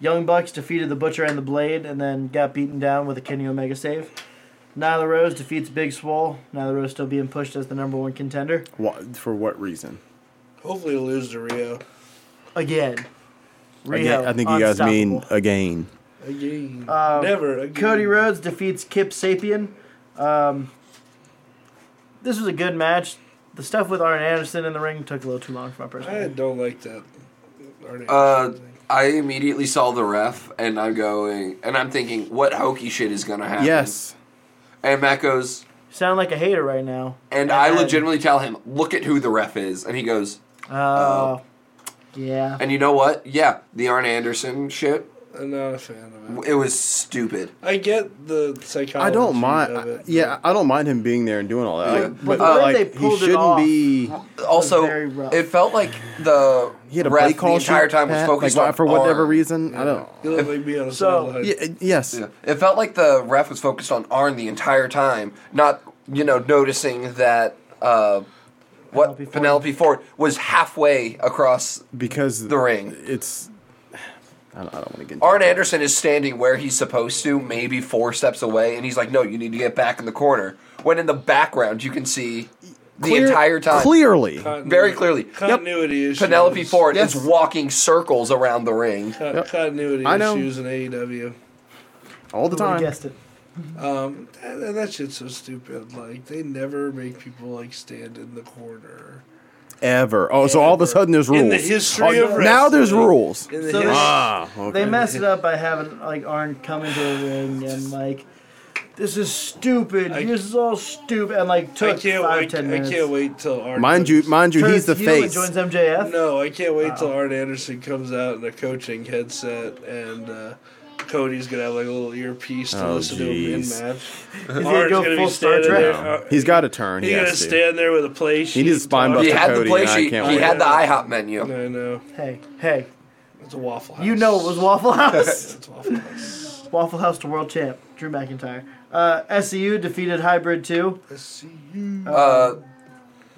[SPEAKER 2] Young Bucks defeated the Butcher and the Blade, and then got beaten down with a Kenny Omega save. Nyla Rose defeats Big Swole. Nyla Rose still being pushed as the number one contender
[SPEAKER 5] Wha- for what reason?
[SPEAKER 3] Hopefully, he'll lose to Rio
[SPEAKER 2] again. Rio,
[SPEAKER 5] Again, I think you guys mean
[SPEAKER 2] unstoppable.
[SPEAKER 5] again.
[SPEAKER 3] again.
[SPEAKER 2] Um,
[SPEAKER 3] Never again.
[SPEAKER 2] Cody Rhodes defeats Kip Sapien. Um, this was a good match. The stuff with Arn Anderson in the ring took a little too long for my personal.
[SPEAKER 3] I don't like that. Arn
[SPEAKER 4] Uh,
[SPEAKER 3] Anderson thing.
[SPEAKER 4] I immediately saw the ref, and I'm going, and I'm thinking, what hokey shit is gonna happen?
[SPEAKER 5] Yes.
[SPEAKER 4] And Matt goes,
[SPEAKER 2] Sound like a hater right now.
[SPEAKER 4] and I legitimately tell him, look at who the ref is, and he goes,
[SPEAKER 2] Oh. yeah.
[SPEAKER 4] and you know what? Yeah, the Arn Anderson shit.
[SPEAKER 3] I'm not a fan of it.
[SPEAKER 4] It was stupid.
[SPEAKER 3] I get the psychology.
[SPEAKER 5] I don't mind.
[SPEAKER 3] Of it,
[SPEAKER 5] yeah, I don't mind him being there and doing all that.
[SPEAKER 4] Yeah.
[SPEAKER 5] Like,
[SPEAKER 4] But
[SPEAKER 5] but
[SPEAKER 2] the way
[SPEAKER 5] like,
[SPEAKER 2] they
[SPEAKER 5] he
[SPEAKER 2] pulled it
[SPEAKER 5] shouldn't
[SPEAKER 2] off-
[SPEAKER 5] be.
[SPEAKER 4] Also,
[SPEAKER 2] very rough.
[SPEAKER 4] it felt like the
[SPEAKER 5] He had a
[SPEAKER 4] ref
[SPEAKER 5] play call
[SPEAKER 4] the entire
[SPEAKER 5] sheet,
[SPEAKER 4] time
[SPEAKER 5] Pat,
[SPEAKER 4] was focused
[SPEAKER 5] like,
[SPEAKER 4] on
[SPEAKER 5] for whatever
[SPEAKER 4] Arn.
[SPEAKER 5] reason. I don't.
[SPEAKER 3] You look like me on a
[SPEAKER 2] So-
[SPEAKER 3] sideline.
[SPEAKER 5] Yeah, yes.
[SPEAKER 4] Yeah. It felt like the ref was focused on Arn the entire time, not you know noticing that uh, what
[SPEAKER 2] Penelope Ford.
[SPEAKER 4] Penelope, Ford was halfway across.
[SPEAKER 5] because
[SPEAKER 4] The ring.
[SPEAKER 5] It's. *sighs* I don't, I don't want to get. Into
[SPEAKER 4] Arn
[SPEAKER 5] it.
[SPEAKER 4] Anderson is standing where he's supposed to, maybe four steps away, and he's like, "No, you need to get back in the corner." When in the background, you can see the
[SPEAKER 5] Clear-
[SPEAKER 4] entire time,
[SPEAKER 5] Clearly,
[SPEAKER 3] Continuity-
[SPEAKER 4] very clearly.
[SPEAKER 3] Continuity issues.
[SPEAKER 4] Penelope Ford
[SPEAKER 5] Yes.
[SPEAKER 4] is walking circles around the ring.
[SPEAKER 3] Co- Continuity
[SPEAKER 5] I know.
[SPEAKER 3] issues in E AEW.
[SPEAKER 5] all the
[SPEAKER 2] Would've
[SPEAKER 5] time.
[SPEAKER 2] guessed it.
[SPEAKER 3] Um, and, and that shit's so stupid. Like they never make people like stand in the corner.
[SPEAKER 5] ever. Oh, so all of a sudden there's rules.
[SPEAKER 3] In the history of
[SPEAKER 5] now there's
[SPEAKER 3] wrestling.
[SPEAKER 5] rules.
[SPEAKER 3] In the
[SPEAKER 2] So
[SPEAKER 3] history-
[SPEAKER 2] they-
[SPEAKER 5] Ah,
[SPEAKER 2] They
[SPEAKER 5] okay.
[SPEAKER 2] messed it up by having like Arn come into the ring and like, this is stupid.
[SPEAKER 3] I-
[SPEAKER 2] this is all stupid. And like
[SPEAKER 3] I
[SPEAKER 2] took
[SPEAKER 3] can't
[SPEAKER 2] five
[SPEAKER 3] wait.
[SPEAKER 2] ten
[SPEAKER 3] I
[SPEAKER 2] minutes.
[SPEAKER 3] can't wait till Art.
[SPEAKER 5] mind you, mind you,
[SPEAKER 2] Turns
[SPEAKER 5] he's the
[SPEAKER 2] heel and
[SPEAKER 5] face.
[SPEAKER 2] joins MJF.
[SPEAKER 3] No, I can't wait till Art Anderson comes out in a coaching headset and uh, Cody's gonna have like a little earpiece to
[SPEAKER 5] Oh,
[SPEAKER 3] listen
[SPEAKER 5] jeez.
[SPEAKER 3] to him in match.
[SPEAKER 2] gonna go full Star Trek?
[SPEAKER 3] uh,
[SPEAKER 5] He's got a turn. He
[SPEAKER 3] He's gonna
[SPEAKER 5] has to.
[SPEAKER 3] stand there with a play sheet.
[SPEAKER 5] needs a spine
[SPEAKER 4] He
[SPEAKER 5] Buster
[SPEAKER 4] had the
[SPEAKER 5] Cody,
[SPEAKER 4] play
[SPEAKER 5] and I
[SPEAKER 4] sheet. He
[SPEAKER 5] can't
[SPEAKER 3] wait.
[SPEAKER 4] had the IHOP menu.
[SPEAKER 3] I know.
[SPEAKER 2] Hey, hey,
[SPEAKER 3] It's a Waffle House.
[SPEAKER 2] you know it was
[SPEAKER 3] *laughs*
[SPEAKER 2] Waffle House.
[SPEAKER 3] It's Waffle House.
[SPEAKER 2] Waffle House to world champ Drew McIntyre. Uh, SCU defeated Hybrid Two.
[SPEAKER 3] *laughs* I see you.
[SPEAKER 4] Uh,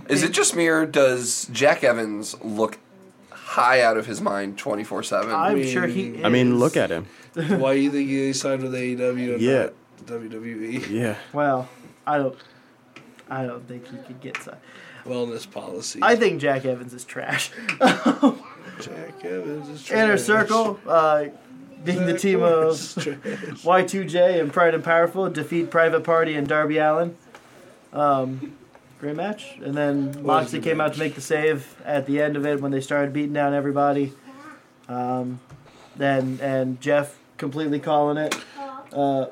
[SPEAKER 4] is it just me or does Jack Evans look high out of his mind twenty four
[SPEAKER 2] I'm
[SPEAKER 4] seven?
[SPEAKER 3] mean-
[SPEAKER 2] sure he. Is.
[SPEAKER 5] I mean, look at him.
[SPEAKER 3] Why you think he signed with AEW and
[SPEAKER 5] Yeah.
[SPEAKER 3] not E? WWE?
[SPEAKER 5] Yeah.
[SPEAKER 2] Well, I don't. I don't think he could get signed.
[SPEAKER 3] Wellness policy.
[SPEAKER 2] I think Jack Evans is trash.
[SPEAKER 3] Jack Evans is
[SPEAKER 2] Inner
[SPEAKER 3] trash.
[SPEAKER 2] Circle, uh, being the
[SPEAKER 3] Jack
[SPEAKER 2] team
[SPEAKER 3] Evans
[SPEAKER 2] of
[SPEAKER 3] is trash.
[SPEAKER 2] Y2J and Pride and Powerful, defeat Private Party and Darby Allen. Um, great match. And then Moxley
[SPEAKER 3] good
[SPEAKER 2] came out to
[SPEAKER 3] match.
[SPEAKER 2] make the save at the end of it when they started beating down everybody. Um, then and Jeff completely calling it. Uh,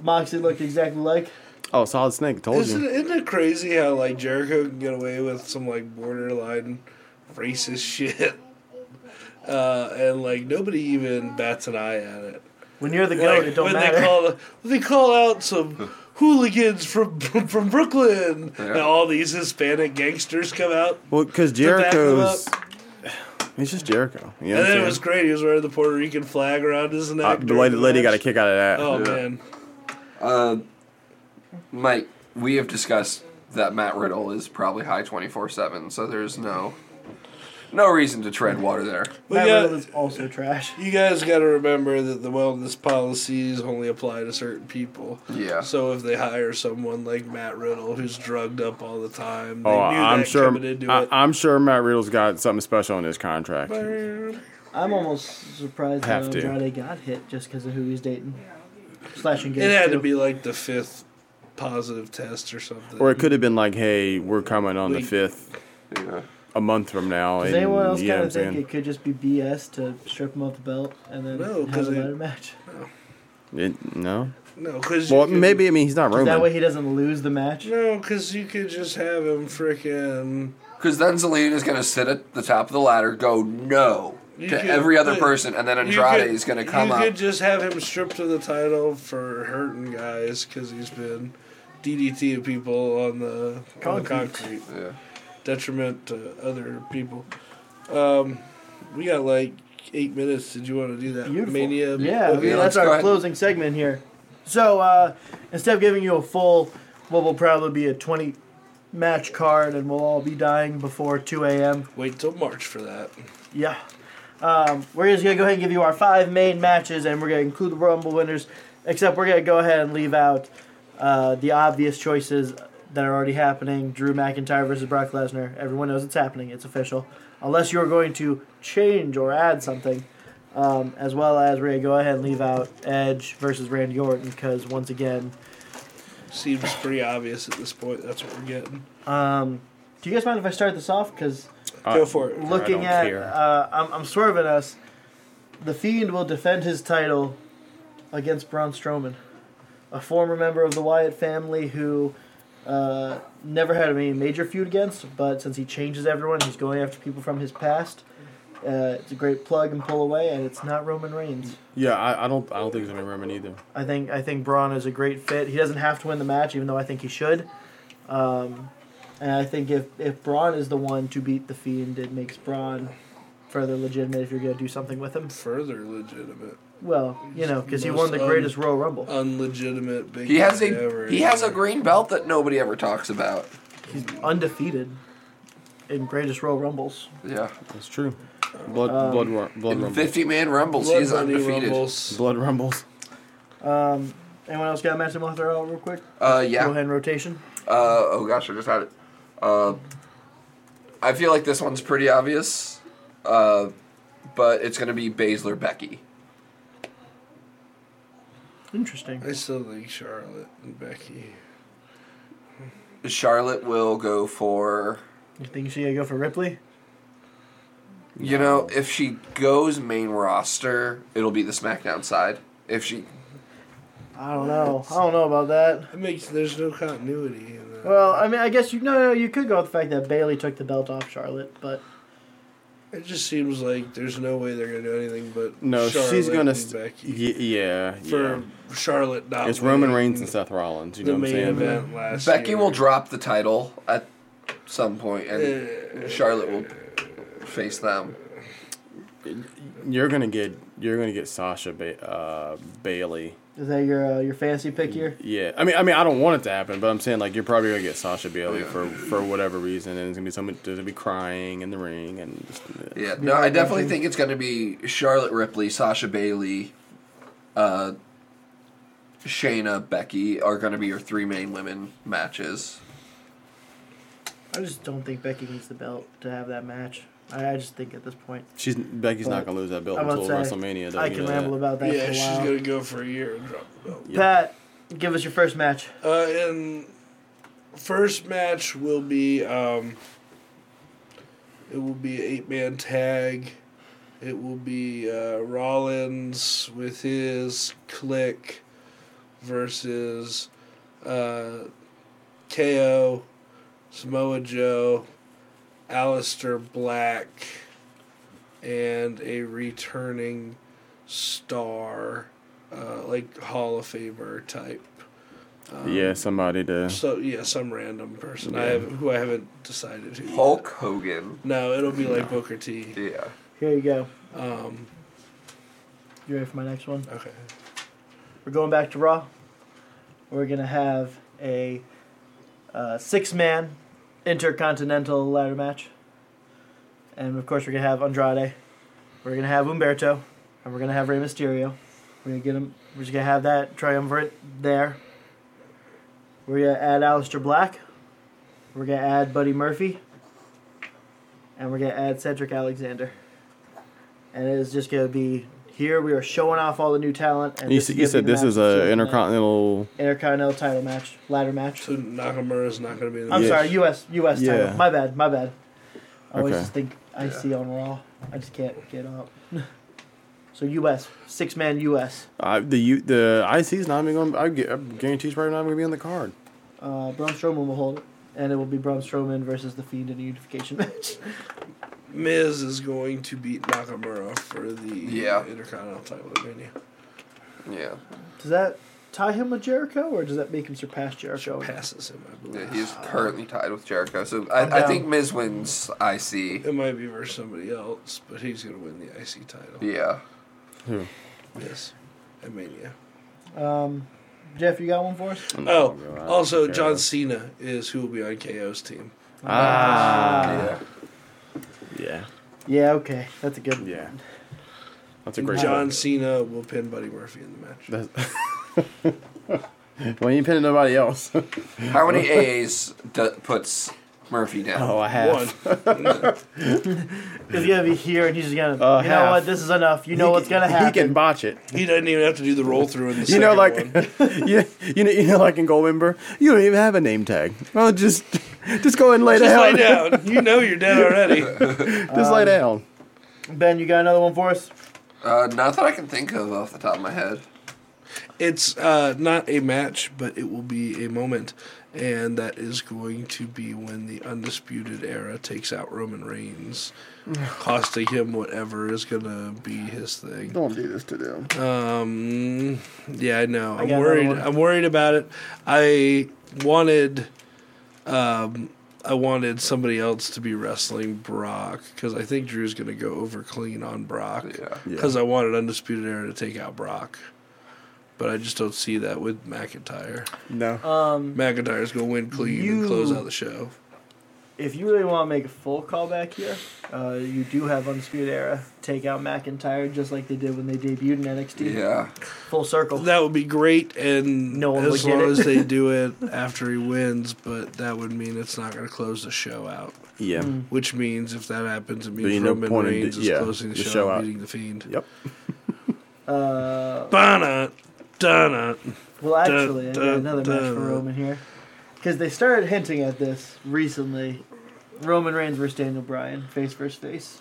[SPEAKER 2] Moxley looked exactly like.
[SPEAKER 5] Oh, solid snake. Told
[SPEAKER 3] Isn't,
[SPEAKER 5] you.
[SPEAKER 3] isn't it crazy how like Jericho can get away with some like borderline racist *laughs* shit, uh, and like nobody even bats an eye at it.
[SPEAKER 2] When you're the goat,
[SPEAKER 3] Like,
[SPEAKER 2] it don't
[SPEAKER 3] when
[SPEAKER 2] matter.
[SPEAKER 3] they call when they call out some hooligans from from Brooklyn, and all these Hispanic gangsters come out.
[SPEAKER 5] Well, because
[SPEAKER 3] them
[SPEAKER 5] Jerico's. It's just Jericho. You know
[SPEAKER 3] And
[SPEAKER 5] what
[SPEAKER 3] then
[SPEAKER 5] I'm
[SPEAKER 3] it was
[SPEAKER 5] saying?
[SPEAKER 3] great. He was wearing the Puerto Rican flag around his neck.
[SPEAKER 5] Uh, the
[SPEAKER 3] during
[SPEAKER 5] lady,
[SPEAKER 3] the
[SPEAKER 5] lady
[SPEAKER 3] match.
[SPEAKER 5] got a kick out of that.
[SPEAKER 3] Oh man,
[SPEAKER 4] Uh, Mike, we have discussed that Matt Riddle is probably high twenty four seven, so there's no no reason to tread water there.
[SPEAKER 2] *laughs*
[SPEAKER 3] We
[SPEAKER 2] Matt
[SPEAKER 3] got-
[SPEAKER 2] Riddle is also trash.
[SPEAKER 3] You guys got to remember that the wellness policies only apply to certain people.
[SPEAKER 4] Yeah.
[SPEAKER 3] So if they hire someone like Matt Riddle, who's drugged up all the time, they
[SPEAKER 5] Oh,
[SPEAKER 3] knew
[SPEAKER 5] I'm
[SPEAKER 3] that
[SPEAKER 5] sure.
[SPEAKER 3] coming into
[SPEAKER 5] I,
[SPEAKER 3] it.
[SPEAKER 5] I'm sure Matt Riddle's got something special in his contract.
[SPEAKER 2] I'm almost surprised that
[SPEAKER 5] Have to.
[SPEAKER 2] Andrade got hit just because of who he's dating. Slash
[SPEAKER 3] it
[SPEAKER 2] engaged.
[SPEAKER 3] had to
[SPEAKER 2] to.
[SPEAKER 3] be like the fifth positive test or something.
[SPEAKER 5] Or it could have been like, "Hey, we're coming on the
[SPEAKER 3] Wait.
[SPEAKER 5] fifth,
[SPEAKER 4] Yeah.
[SPEAKER 5] a month from now."
[SPEAKER 2] Does
[SPEAKER 5] and-
[SPEAKER 2] anyone else
[SPEAKER 5] you know
[SPEAKER 2] kind of
[SPEAKER 5] what I'm
[SPEAKER 2] think
[SPEAKER 5] saying?
[SPEAKER 2] it could just be BS to strip him of the belt and then
[SPEAKER 3] No,
[SPEAKER 2] have
[SPEAKER 3] 'cause
[SPEAKER 2] a
[SPEAKER 3] it-
[SPEAKER 2] ladder
[SPEAKER 5] *laughs*
[SPEAKER 2] match?
[SPEAKER 5] It- no.
[SPEAKER 3] no, because
[SPEAKER 5] Well, maybe I mean he's not
[SPEAKER 2] That way
[SPEAKER 5] Roman.
[SPEAKER 2] he doesn't lose the match.
[SPEAKER 3] No, because you could just have him freaking.
[SPEAKER 4] Because then Zelina is going to sit at the top of the ladder, go no
[SPEAKER 3] You
[SPEAKER 4] to
[SPEAKER 3] could-
[SPEAKER 4] every other
[SPEAKER 3] but
[SPEAKER 4] person, and then
[SPEAKER 3] you
[SPEAKER 4] Andrade
[SPEAKER 3] could-
[SPEAKER 4] is going to come
[SPEAKER 3] You
[SPEAKER 4] up.
[SPEAKER 3] could just have him stripped of the title for hurting guys because he's been DDTing people on the on the
[SPEAKER 2] Concrete.
[SPEAKER 3] concrete.
[SPEAKER 4] yeah.
[SPEAKER 3] detriment to other people. Um, we got like eight minutes. Did you want to do that
[SPEAKER 2] Beautiful.
[SPEAKER 3] mania?
[SPEAKER 2] Yeah,
[SPEAKER 3] Okay.
[SPEAKER 2] I mean,
[SPEAKER 4] let's
[SPEAKER 2] that's
[SPEAKER 4] go
[SPEAKER 2] our
[SPEAKER 4] ahead.
[SPEAKER 2] closing segment here. So uh, instead of giving you a full, what will probably be a 20 match card and we'll all be dying before 2 a.m.
[SPEAKER 3] Wait till March for that.
[SPEAKER 2] Yeah. Um, we're just going to go ahead and give you our five main matches, and we're going to include the Rumble winners, except we're going to go ahead and leave out uh, the obvious choices that are already happening Drew McIntyre versus Brock Lesnar. Everyone knows it's happening, it's official. Unless you're going to change or add something, um, as well as we're going to go ahead and leave out Edge versus Randy Orton, because once again,
[SPEAKER 3] Seems pretty obvious at this point. That's what we're getting.
[SPEAKER 2] um, do you guys mind if I start this off? Because
[SPEAKER 3] Go for it.
[SPEAKER 2] looking
[SPEAKER 5] don't
[SPEAKER 2] at
[SPEAKER 5] care.
[SPEAKER 2] uh, I'm, I'm swerving us. The Fiend will defend his title against Braun Strowman, a former member of the Wyatt family who uh, never had any major feud against, but since he changes everyone, he's going after people from his past. Uh, it's a great plug and pull away, and it's not Roman Reigns.
[SPEAKER 5] Yeah, I, I don't. I don't think it's gonna be Roman either.
[SPEAKER 2] I think I think Braun is a great fit. He doesn't have to win the match, even though I think he should. Um, and I think if if Braun is the one to beat the Fiend, it makes Braun further legitimate if you're going to do something with him.
[SPEAKER 3] Further legitimate,
[SPEAKER 2] Well, you know, because he
[SPEAKER 3] Most
[SPEAKER 2] won the
[SPEAKER 3] un-
[SPEAKER 2] greatest Royal Rumble.
[SPEAKER 3] unlegitimate. Big
[SPEAKER 4] He has
[SPEAKER 3] guy
[SPEAKER 4] a
[SPEAKER 3] ever.
[SPEAKER 4] he has a green belt that nobody ever talks about.
[SPEAKER 2] He's undefeated in greatest Royal Rumbles.
[SPEAKER 4] Yeah,
[SPEAKER 5] That's true. Blood,
[SPEAKER 2] Um,
[SPEAKER 5] blood, ru- blood
[SPEAKER 4] in
[SPEAKER 5] rumbles.
[SPEAKER 4] fifty man rumbles,
[SPEAKER 3] Blood
[SPEAKER 4] he's
[SPEAKER 3] Money
[SPEAKER 4] undefeated.
[SPEAKER 3] Rumbles.
[SPEAKER 5] blood rumbles.
[SPEAKER 2] Um, anyone else got a match they want to throw out real quick?
[SPEAKER 4] Uh,
[SPEAKER 2] Go
[SPEAKER 4] yeah.
[SPEAKER 2] ahead and rotation.
[SPEAKER 4] Uh, oh gosh, I just had it. Uh, I feel like this one's pretty obvious, uh, but it's going to be Baszler Becky.
[SPEAKER 2] Interesting.
[SPEAKER 3] I still think Charlotte and Becky.
[SPEAKER 4] Charlotte will go for
[SPEAKER 2] You think she gonna go for Ripley?
[SPEAKER 4] You know, if she goes main roster, it'll be the SmackDown side. If she,
[SPEAKER 2] I don't know. I don't know about that.
[SPEAKER 3] It makes there's no continuity. In that.
[SPEAKER 2] Well, I mean, I guess you no, no, you could go with the fact that Bailey took the belt off Charlotte, but
[SPEAKER 3] it just seems like there's no way they're gonna do anything but
[SPEAKER 5] No, she's
[SPEAKER 3] Charlotte
[SPEAKER 5] gonna.
[SPEAKER 3] and
[SPEAKER 5] St-
[SPEAKER 3] Becky.
[SPEAKER 5] y- yeah,
[SPEAKER 3] for Charlotte.
[SPEAKER 5] yeah.
[SPEAKER 3] Not
[SPEAKER 5] It's Roman
[SPEAKER 3] winning
[SPEAKER 5] Reigns and Seth Rollins. You know
[SPEAKER 3] The
[SPEAKER 5] what I'm
[SPEAKER 3] main
[SPEAKER 5] saying?
[SPEAKER 3] event last
[SPEAKER 4] Becky
[SPEAKER 3] year.
[SPEAKER 4] will drop the title at some point, and Charlotte will face them.
[SPEAKER 5] You're gonna get you're gonna get Sasha ba- uh, Bailey.
[SPEAKER 2] is that your uh, your fancy pick
[SPEAKER 3] Hmm.
[SPEAKER 2] here?
[SPEAKER 5] Yeah, I mean, I mean, I don't want it to happen, but I'm saying like you're probably gonna get Sasha Bailey
[SPEAKER 4] Yeah.
[SPEAKER 5] for for whatever reason, and it's gonna be someone there's gonna be crying in the ring, and just,
[SPEAKER 4] Yeah, no, I definitely think it's going to be Charlotte Ripley, Sasha Bailey, uh, Shayna, Becky are going to be your three main women matches.
[SPEAKER 2] I just don't think Becky needs the belt to have that match. I, I just think at this point,
[SPEAKER 5] she's Becky's not gonna lose that belt
[SPEAKER 2] I'm
[SPEAKER 5] until
[SPEAKER 2] about to say,
[SPEAKER 5] WrestleMania. though,
[SPEAKER 2] I
[SPEAKER 5] you
[SPEAKER 2] can
[SPEAKER 5] know
[SPEAKER 2] ramble
[SPEAKER 5] that.
[SPEAKER 2] about that
[SPEAKER 3] yeah,
[SPEAKER 2] for a
[SPEAKER 3] she's
[SPEAKER 2] while.
[SPEAKER 3] gonna go for a year and drop the belt.
[SPEAKER 2] Pat, give us your first match.
[SPEAKER 3] Uh, and first match will be um, it will be an eight man tag. It will be uh, Rollins with his click versus uh, KO, Samoa Joe, Alistair Black, and a returning star, uh, like Hall of Famer type.
[SPEAKER 5] Yeah, somebody to.
[SPEAKER 3] So yeah, some random person I
[SPEAKER 5] Yeah.
[SPEAKER 3] have who I haven't decided who. yet.
[SPEAKER 4] Hulk Hogan.
[SPEAKER 3] No, it'll be like Booker T.
[SPEAKER 4] Yeah.
[SPEAKER 2] Here you go.
[SPEAKER 3] Um,
[SPEAKER 2] You ready for my next one?
[SPEAKER 3] okay.
[SPEAKER 2] We're going back to Raw. We're gonna have a uh, six-man intercontinental ladder match, and of course we're gonna have Andrade. We're gonna have Umberto, and we're gonna have Rey Mysterio. We're gonna get him. We're just gonna have that triumvirate there. We're gonna add Aleister Black. We're gonna add Buddy Murphy, and we're gonna add Cedric Alexander. And it is just gonna be here. We are showing off all the new talent. And
[SPEAKER 5] You,
[SPEAKER 2] is
[SPEAKER 5] said-
[SPEAKER 2] gonna
[SPEAKER 5] you
[SPEAKER 2] be
[SPEAKER 5] said
[SPEAKER 2] the
[SPEAKER 5] this
[SPEAKER 2] match
[SPEAKER 5] is
[SPEAKER 2] that's
[SPEAKER 5] a
[SPEAKER 2] showing that
[SPEAKER 5] intercontinental.
[SPEAKER 2] intercontinental title match, ladder match.
[SPEAKER 3] So Nakamura's not going to be in the
[SPEAKER 2] I'm
[SPEAKER 5] Yeah.
[SPEAKER 2] sorry, U.S. U.S.
[SPEAKER 5] Yeah.
[SPEAKER 2] title. My bad, my bad. I always
[SPEAKER 5] Okay.
[SPEAKER 2] just think I
[SPEAKER 4] Yeah.
[SPEAKER 2] see on Raw. I just can't get up. *laughs* so U.S. six man U.S.
[SPEAKER 5] Uh, the U, the IC's not even going. I gu- I guarantee she's probably not even going to be on the card.
[SPEAKER 2] Uh, Braun Strowman will hold it, and it will be Braun Strowman versus the Fiend in a unification *laughs* match.
[SPEAKER 3] Miz is going to beat Nakamura for the
[SPEAKER 4] Yeah.
[SPEAKER 3] Intercontinental title at Mania.
[SPEAKER 4] Yeah.
[SPEAKER 2] does that tie him with Jericho, or does that make him surpass Jericho?
[SPEAKER 3] Passes him, I believe.
[SPEAKER 4] Yeah, he's currently tied with Jericho, so
[SPEAKER 2] I'm
[SPEAKER 4] I, I
[SPEAKER 2] down.
[SPEAKER 4] think Miz wins IC.
[SPEAKER 3] It might be versus somebody else, but he's going to win the IC title.
[SPEAKER 4] Yeah.
[SPEAKER 3] Yes. At Mania.
[SPEAKER 2] Um, Jeff, you got one for us?
[SPEAKER 3] Oh,
[SPEAKER 5] God,
[SPEAKER 3] also
[SPEAKER 5] Jericho.
[SPEAKER 3] John Cena is who will be on KO's team.
[SPEAKER 5] Ah,
[SPEAKER 4] Yeah.
[SPEAKER 5] yeah,
[SPEAKER 2] Yeah, okay, that's a good.
[SPEAKER 5] yeah. That's a
[SPEAKER 3] And
[SPEAKER 5] great
[SPEAKER 3] John
[SPEAKER 5] one.
[SPEAKER 3] Cena will pin Buddy Murphy in the match.
[SPEAKER 5] That's- well, you pinning nobody else.
[SPEAKER 4] How many AAs d- puts Murphy down?
[SPEAKER 5] oh, I have.
[SPEAKER 3] One.
[SPEAKER 2] He's gonna be here, and he's just gonna.
[SPEAKER 5] Uh,
[SPEAKER 2] you
[SPEAKER 5] half.
[SPEAKER 2] know what? This is enough. You know
[SPEAKER 5] He
[SPEAKER 2] what's
[SPEAKER 5] can-
[SPEAKER 2] gonna happen.
[SPEAKER 5] He can botch it.
[SPEAKER 3] He doesn't even have to do the roll through in the
[SPEAKER 5] You
[SPEAKER 3] second
[SPEAKER 5] know,
[SPEAKER 3] one.
[SPEAKER 5] like *laughs* you, you know, you know, like in Goldmember, you don't even have a name tag. Well, just, *laughs* just go and lay
[SPEAKER 3] Just
[SPEAKER 5] down.
[SPEAKER 3] lay down. You know you're dead already.
[SPEAKER 5] *laughs* Just lay down.
[SPEAKER 2] ben, you got another one for us?
[SPEAKER 4] Uh, not that I can think of off the top of my head.
[SPEAKER 3] It's uh, not a match, but it will be a moment, and that is going to be when the Undisputed Era takes out Roman
[SPEAKER 5] *sighs*
[SPEAKER 3] Reigns, costing him whatever is gonna be his thing.
[SPEAKER 5] Don't do this to them.
[SPEAKER 3] Um, yeah, I know. I'm
[SPEAKER 2] got another
[SPEAKER 3] worried.
[SPEAKER 2] one.
[SPEAKER 3] I'm worried about it. I wanted, um, I wanted somebody else to be wrestling Brock because I think Drew's gonna go over clean on Brock.
[SPEAKER 4] Yeah.
[SPEAKER 5] Yeah.
[SPEAKER 3] Because I wanted Undisputed Era to take out Brock, but I just don't see that with McIntyre.
[SPEAKER 5] No.
[SPEAKER 2] Um,
[SPEAKER 3] McIntyre's gonna win clean and
[SPEAKER 2] You-
[SPEAKER 3] close out the show.
[SPEAKER 2] if you really want to make a full callback here, uh, you do have Undisputed Era take out McIntyre just like they did when they debuted in NXT.
[SPEAKER 4] Yeah.
[SPEAKER 2] Full circle.
[SPEAKER 3] That would be great, and
[SPEAKER 2] Oh. No one would
[SPEAKER 3] as
[SPEAKER 2] get
[SPEAKER 3] long
[SPEAKER 2] it. *laughs*
[SPEAKER 3] as they do it after he wins, but that would mean it's not gonna close the show out.
[SPEAKER 5] Yeah.
[SPEAKER 3] Which means if that happens, it
[SPEAKER 5] Be
[SPEAKER 3] means
[SPEAKER 5] no
[SPEAKER 3] Roman
[SPEAKER 5] point in
[SPEAKER 3] Reigns
[SPEAKER 5] d-
[SPEAKER 3] is
[SPEAKER 5] yeah,
[SPEAKER 3] closing the,
[SPEAKER 5] the
[SPEAKER 3] show,
[SPEAKER 5] show
[SPEAKER 3] and
[SPEAKER 5] out.
[SPEAKER 3] beating the Fiend.
[SPEAKER 5] Yep.
[SPEAKER 2] Uh,
[SPEAKER 3] Donna, Donna.
[SPEAKER 2] well, actually, I
[SPEAKER 3] Dun,
[SPEAKER 2] got another
[SPEAKER 3] dun,
[SPEAKER 2] match for
[SPEAKER 3] dun.
[SPEAKER 2] Roman here. Because they started hinting at this recently Roman Reigns versus Daniel Bryan, face versus face.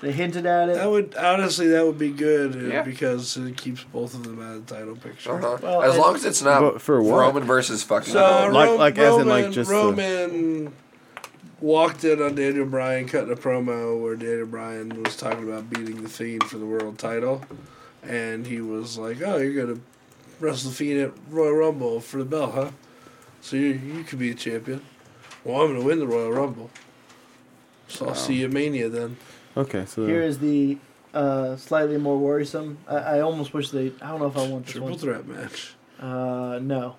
[SPEAKER 2] They hinted at it.
[SPEAKER 3] That would honestly that would be good uh,
[SPEAKER 4] Yeah.
[SPEAKER 3] because it keeps both of them out of the title picture.
[SPEAKER 4] Uh-huh.
[SPEAKER 2] Well,
[SPEAKER 4] as
[SPEAKER 2] and-
[SPEAKER 4] long as it's not
[SPEAKER 5] But for what?
[SPEAKER 4] Roman versus fucking.
[SPEAKER 3] So uh,
[SPEAKER 5] Like-
[SPEAKER 3] Ro-
[SPEAKER 5] like as
[SPEAKER 3] Roman,
[SPEAKER 5] in, like, just the-
[SPEAKER 3] Roman walked in on Daniel Bryan cutting a promo where Daniel Bryan was talking about beating the Fiend for the world title, and he was like, "Oh, you're gonna wrestle the Fiend at Royal Rumble for the belt, huh? So you you could be a champion. Well, I'm gonna win the Royal Rumble. So I'll see you at Mania then.
[SPEAKER 5] Okay, so
[SPEAKER 2] Here is the uh, slightly more worrisome. I, I almost wish they. I don't know if I want this
[SPEAKER 3] Triple
[SPEAKER 2] one.
[SPEAKER 3] threat match.
[SPEAKER 2] Uh, no.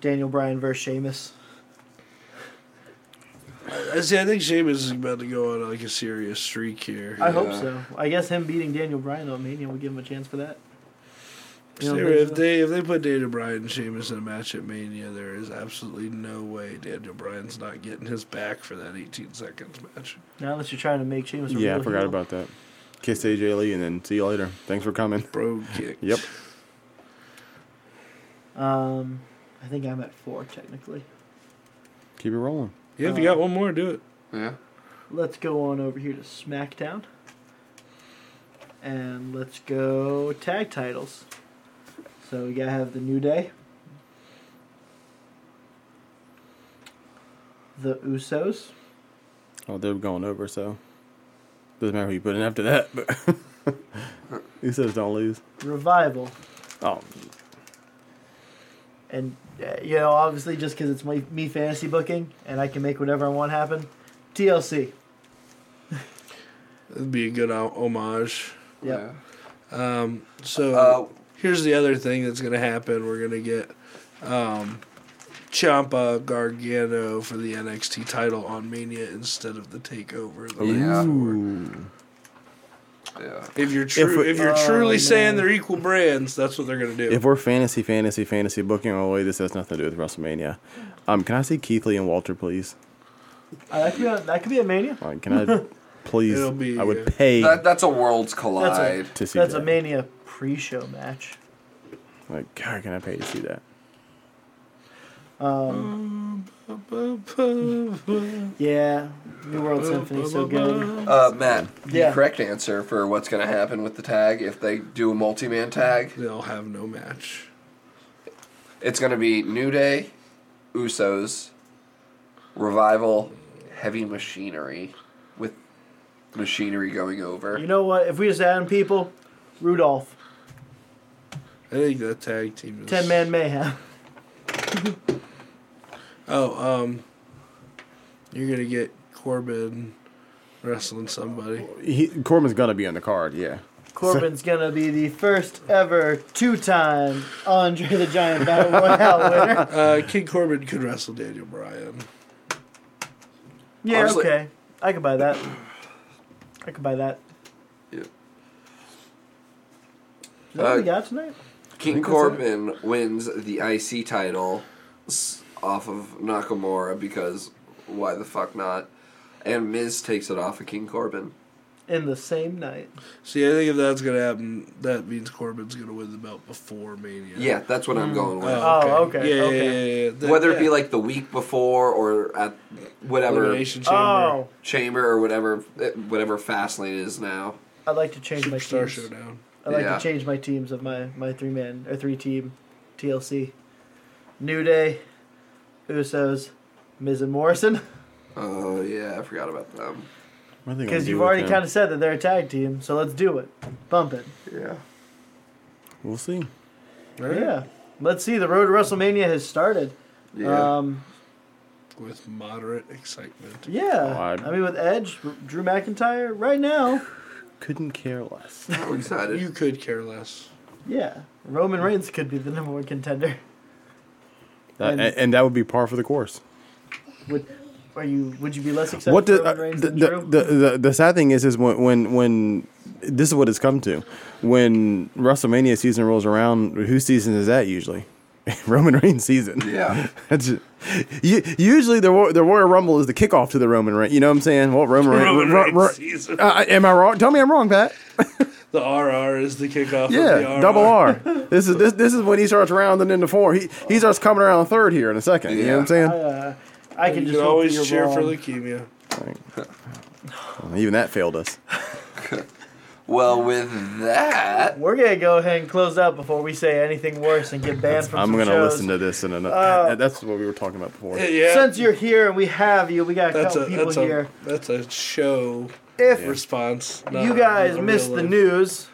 [SPEAKER 2] Daniel Bryan versus Sheamus.
[SPEAKER 3] I I see. I think Sheamus is about to go on like a serious streak here.
[SPEAKER 2] I hope
[SPEAKER 4] Yeah.
[SPEAKER 2] so. I guess him beating Daniel Bryan at Mania would give him a chance for that. You don't
[SPEAKER 3] Sarah,
[SPEAKER 2] think so?
[SPEAKER 3] if they if they put Daniel Bryan and Sheamus in a match at Mania, there is absolutely no way Daniel Bryan's not getting his back for that 18 seconds match.
[SPEAKER 2] Now unless you're trying to make Sheamus. a
[SPEAKER 5] yeah, I
[SPEAKER 2] real
[SPEAKER 5] forgot
[SPEAKER 2] heel.
[SPEAKER 5] about that. Kiss AJ Lee and then see you later. Thanks for coming.
[SPEAKER 3] Bro kick.
[SPEAKER 5] Yep.
[SPEAKER 2] Um, I think I'm at four technically.
[SPEAKER 5] Keep it rolling.
[SPEAKER 3] Yeah, if you got one more, do it.
[SPEAKER 4] yeah.
[SPEAKER 2] Let's go on over here to SmackDown. And let's go tag titles. So we gotta have the New Day. The Usos.
[SPEAKER 5] Oh, they're going over, so doesn't matter who you put in after that. But *laughs* he says don't lose.
[SPEAKER 2] Revival.
[SPEAKER 5] Oh,
[SPEAKER 2] And, uh, you know, obviously just because it's my, me fantasy booking and I can make whatever I want happen. TLC.
[SPEAKER 3] It'd be a good o- homage.
[SPEAKER 2] Yep.
[SPEAKER 3] Um, so
[SPEAKER 4] Uh,
[SPEAKER 3] here's the other thing that's gonna happen. We're gonna get um, Ciampa Gargano for the NXT title on Mania instead of the Takeover. the night
[SPEAKER 4] Yeah.
[SPEAKER 3] before.
[SPEAKER 4] yeah.
[SPEAKER 3] If you're true, if,
[SPEAKER 5] we-
[SPEAKER 3] you're truly
[SPEAKER 2] Oh, man.
[SPEAKER 3] saying they're equal brands, that's what they're gonna do.
[SPEAKER 5] If we're fantasy, fantasy, fantasy booking all the way, this has nothing to do with WrestleMania. Um, can I see Keith Lee and Walter, please?
[SPEAKER 2] Uh, that, could be a, that could be a Mania.
[SPEAKER 5] Like, can *laughs* I please?
[SPEAKER 3] It'll be,
[SPEAKER 5] I would
[SPEAKER 3] uh,
[SPEAKER 5] pay
[SPEAKER 4] That, that's a worlds collide.
[SPEAKER 5] to see
[SPEAKER 2] That's
[SPEAKER 5] that.
[SPEAKER 2] a Mania pre-show match.
[SPEAKER 5] Like, God, can I pay to see that?
[SPEAKER 2] Um, yeah, New World Symphony so good.
[SPEAKER 4] uh, Matt,
[SPEAKER 2] Yeah.
[SPEAKER 4] the correct answer for what's going to happen with the tag if they do a multi-man tag,
[SPEAKER 3] They'll have no match.
[SPEAKER 4] it's going to be New Day, Usos, Revival, Heavy Machinery, with Machinery going over.
[SPEAKER 2] You know what? If we just add in people, Rudolph,
[SPEAKER 3] I think that tag team is
[SPEAKER 2] Ten Man Mayhem.
[SPEAKER 3] Oh, um, you're gonna get Corbin wrestling somebody.
[SPEAKER 5] He, Corbin's gonna be on the card, yeah.
[SPEAKER 2] Corbin's gonna be the first ever two-time Andre the Giant Battle Royale winner.
[SPEAKER 3] Uh, King Corbin could wrestle Daniel Bryan.
[SPEAKER 2] Yeah,
[SPEAKER 4] Honestly-
[SPEAKER 2] okay, I could buy that. I could buy that.
[SPEAKER 4] Yeah.
[SPEAKER 2] Is that what we
[SPEAKER 4] Uh,
[SPEAKER 2] got tonight?
[SPEAKER 4] King
[SPEAKER 5] think that's
[SPEAKER 4] Corbin wins the IC title s- off of Nakamura because why the fuck not? And Miz takes it off of King Corbin.
[SPEAKER 2] In the same night.
[SPEAKER 3] See, I think if that's gonna happen, that means Corbin's gonna win the belt before Mania.
[SPEAKER 4] Yeah, that's what I'm going with.
[SPEAKER 2] Oh, okay,
[SPEAKER 3] Yeah,
[SPEAKER 2] okay.
[SPEAKER 3] yeah, yeah, yeah. Mm. Uh, That-
[SPEAKER 4] Whether it be
[SPEAKER 3] yeah.
[SPEAKER 4] like the week before or at whatever
[SPEAKER 3] Elimination Chamber,
[SPEAKER 2] Oh,
[SPEAKER 4] chamber or whatever eh, whatever fast lane is now.
[SPEAKER 2] I'd like to change my
[SPEAKER 3] Superstar
[SPEAKER 2] teams.
[SPEAKER 3] Showdown.
[SPEAKER 2] I like
[SPEAKER 4] Yeah.
[SPEAKER 2] to change my teams of my my three man or three team TLC. New Day, Usos, Miz and
[SPEAKER 3] *laughs*
[SPEAKER 2] Morrison.
[SPEAKER 4] Oh yeah, I forgot about them.
[SPEAKER 2] Because you've already kind of said that they're a tag team, so let's do it. Bump it.
[SPEAKER 4] Yeah.
[SPEAKER 5] We'll see.
[SPEAKER 3] Right?
[SPEAKER 2] Yeah. Let's see. The road to WrestleMania has started.
[SPEAKER 4] Yeah.
[SPEAKER 2] Um,
[SPEAKER 3] With moderate excitement.
[SPEAKER 2] yeah.
[SPEAKER 5] God.
[SPEAKER 2] I mean, with Edge, Drew McIntyre, right now.
[SPEAKER 5] Couldn't care less.
[SPEAKER 4] I'm excited.
[SPEAKER 3] You could care less.
[SPEAKER 2] Yeah. Roman Reigns could be the number one contender.
[SPEAKER 5] That-
[SPEAKER 2] And-
[SPEAKER 5] and, and that would be par for the course.
[SPEAKER 2] Would are you? Would you be less excited
[SPEAKER 5] What
[SPEAKER 2] for
[SPEAKER 5] the,
[SPEAKER 2] Roman
[SPEAKER 5] uh,
[SPEAKER 2] Reigns
[SPEAKER 5] the,
[SPEAKER 2] than
[SPEAKER 5] the,
[SPEAKER 2] Drew?
[SPEAKER 5] the, the the sad thing is is when when when this is what it's come to when WrestleMania season rolls around whose season is that usually *laughs* Roman Reigns season
[SPEAKER 4] Yeah.
[SPEAKER 5] *laughs* That's ju- u- usually the Ro- the Royal Rumble is the kickoff to the Roman Reigns you know what I'm saying well Roman,
[SPEAKER 3] Roman
[SPEAKER 5] Reigns, Ro-
[SPEAKER 3] Reigns
[SPEAKER 5] Ro-
[SPEAKER 3] season.
[SPEAKER 5] uh, am I wrong tell me I'm wrong Pat
[SPEAKER 3] The RR is the kickoff. of the
[SPEAKER 5] Yeah,
[SPEAKER 3] RR.
[SPEAKER 5] double R. This is this this is when he starts rounding into four. He he starts coming around third here in a second. You know what I'm saying?
[SPEAKER 2] Uh, I I can
[SPEAKER 3] You
[SPEAKER 2] just
[SPEAKER 3] can
[SPEAKER 2] hope
[SPEAKER 3] always
[SPEAKER 2] you're
[SPEAKER 3] cheer for
[SPEAKER 2] wrong.
[SPEAKER 3] leukemia.
[SPEAKER 5] Even that failed us.
[SPEAKER 4] Well, with that,
[SPEAKER 2] We're gonna go ahead and close out before we say anything worse and get banned from
[SPEAKER 5] I'm
[SPEAKER 2] some
[SPEAKER 5] gonna
[SPEAKER 2] shows.
[SPEAKER 5] listen to this in another. that's what we were talking about before.
[SPEAKER 3] Yeah,
[SPEAKER 2] Since you're here and we have you, we got a
[SPEAKER 3] that's
[SPEAKER 2] couple
[SPEAKER 3] a
[SPEAKER 2] people
[SPEAKER 3] that's
[SPEAKER 2] here.
[SPEAKER 3] a that's a show
[SPEAKER 2] if
[SPEAKER 3] response. not
[SPEAKER 2] you guys
[SPEAKER 3] real
[SPEAKER 2] missed the
[SPEAKER 3] life.
[SPEAKER 2] news,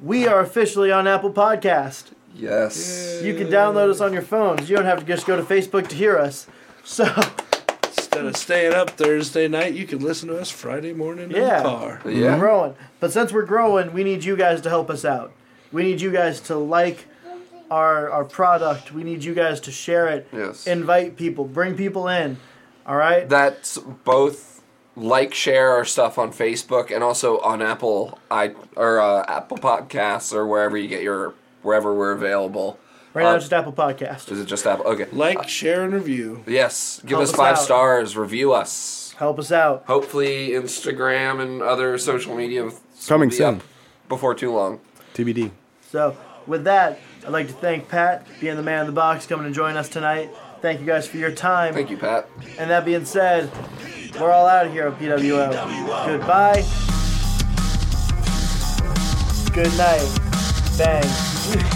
[SPEAKER 2] we are officially on Apple Podcast.
[SPEAKER 4] yes.
[SPEAKER 2] You can download us on your phones. You don't have to just go to Facebook to hear us. So *laughs*
[SPEAKER 3] Instead of staying up Thursday night, you can listen to us Friday morning
[SPEAKER 2] Yeah.
[SPEAKER 3] in the car.
[SPEAKER 2] we're
[SPEAKER 4] Yeah.
[SPEAKER 2] growing. But since we're growing, we need you guys to help us out. We need you guys to like our our product. We need you guys to share it.
[SPEAKER 4] Yes.
[SPEAKER 2] Invite people. Bring people in. All right.
[SPEAKER 4] That's both like share our stuff on Facebook and also on Apple i or uh, Apple Podcasts or wherever you get your wherever we're available.
[SPEAKER 2] right now,
[SPEAKER 4] uh,
[SPEAKER 2] it's just Apple Podcast.
[SPEAKER 4] Is it just Apple? Okay. Uh,
[SPEAKER 3] Like, share, and review.
[SPEAKER 4] Yes. Give
[SPEAKER 2] Help
[SPEAKER 4] us
[SPEAKER 2] us
[SPEAKER 4] five
[SPEAKER 2] out.
[SPEAKER 4] stars. Review us.
[SPEAKER 2] Help us out.
[SPEAKER 4] Hopefully, Instagram and other social media will
[SPEAKER 5] Coming
[SPEAKER 4] be
[SPEAKER 5] soon.
[SPEAKER 4] up before too long.
[SPEAKER 5] TBD.
[SPEAKER 2] So, with that, I'd like to thank Pat, being the man in the box, coming and joining us tonight. Thank you guys for your time.
[SPEAKER 4] Thank you, Pat.
[SPEAKER 2] And that being said, we're all out of here on PWO. Goodbye. Good night. Bang.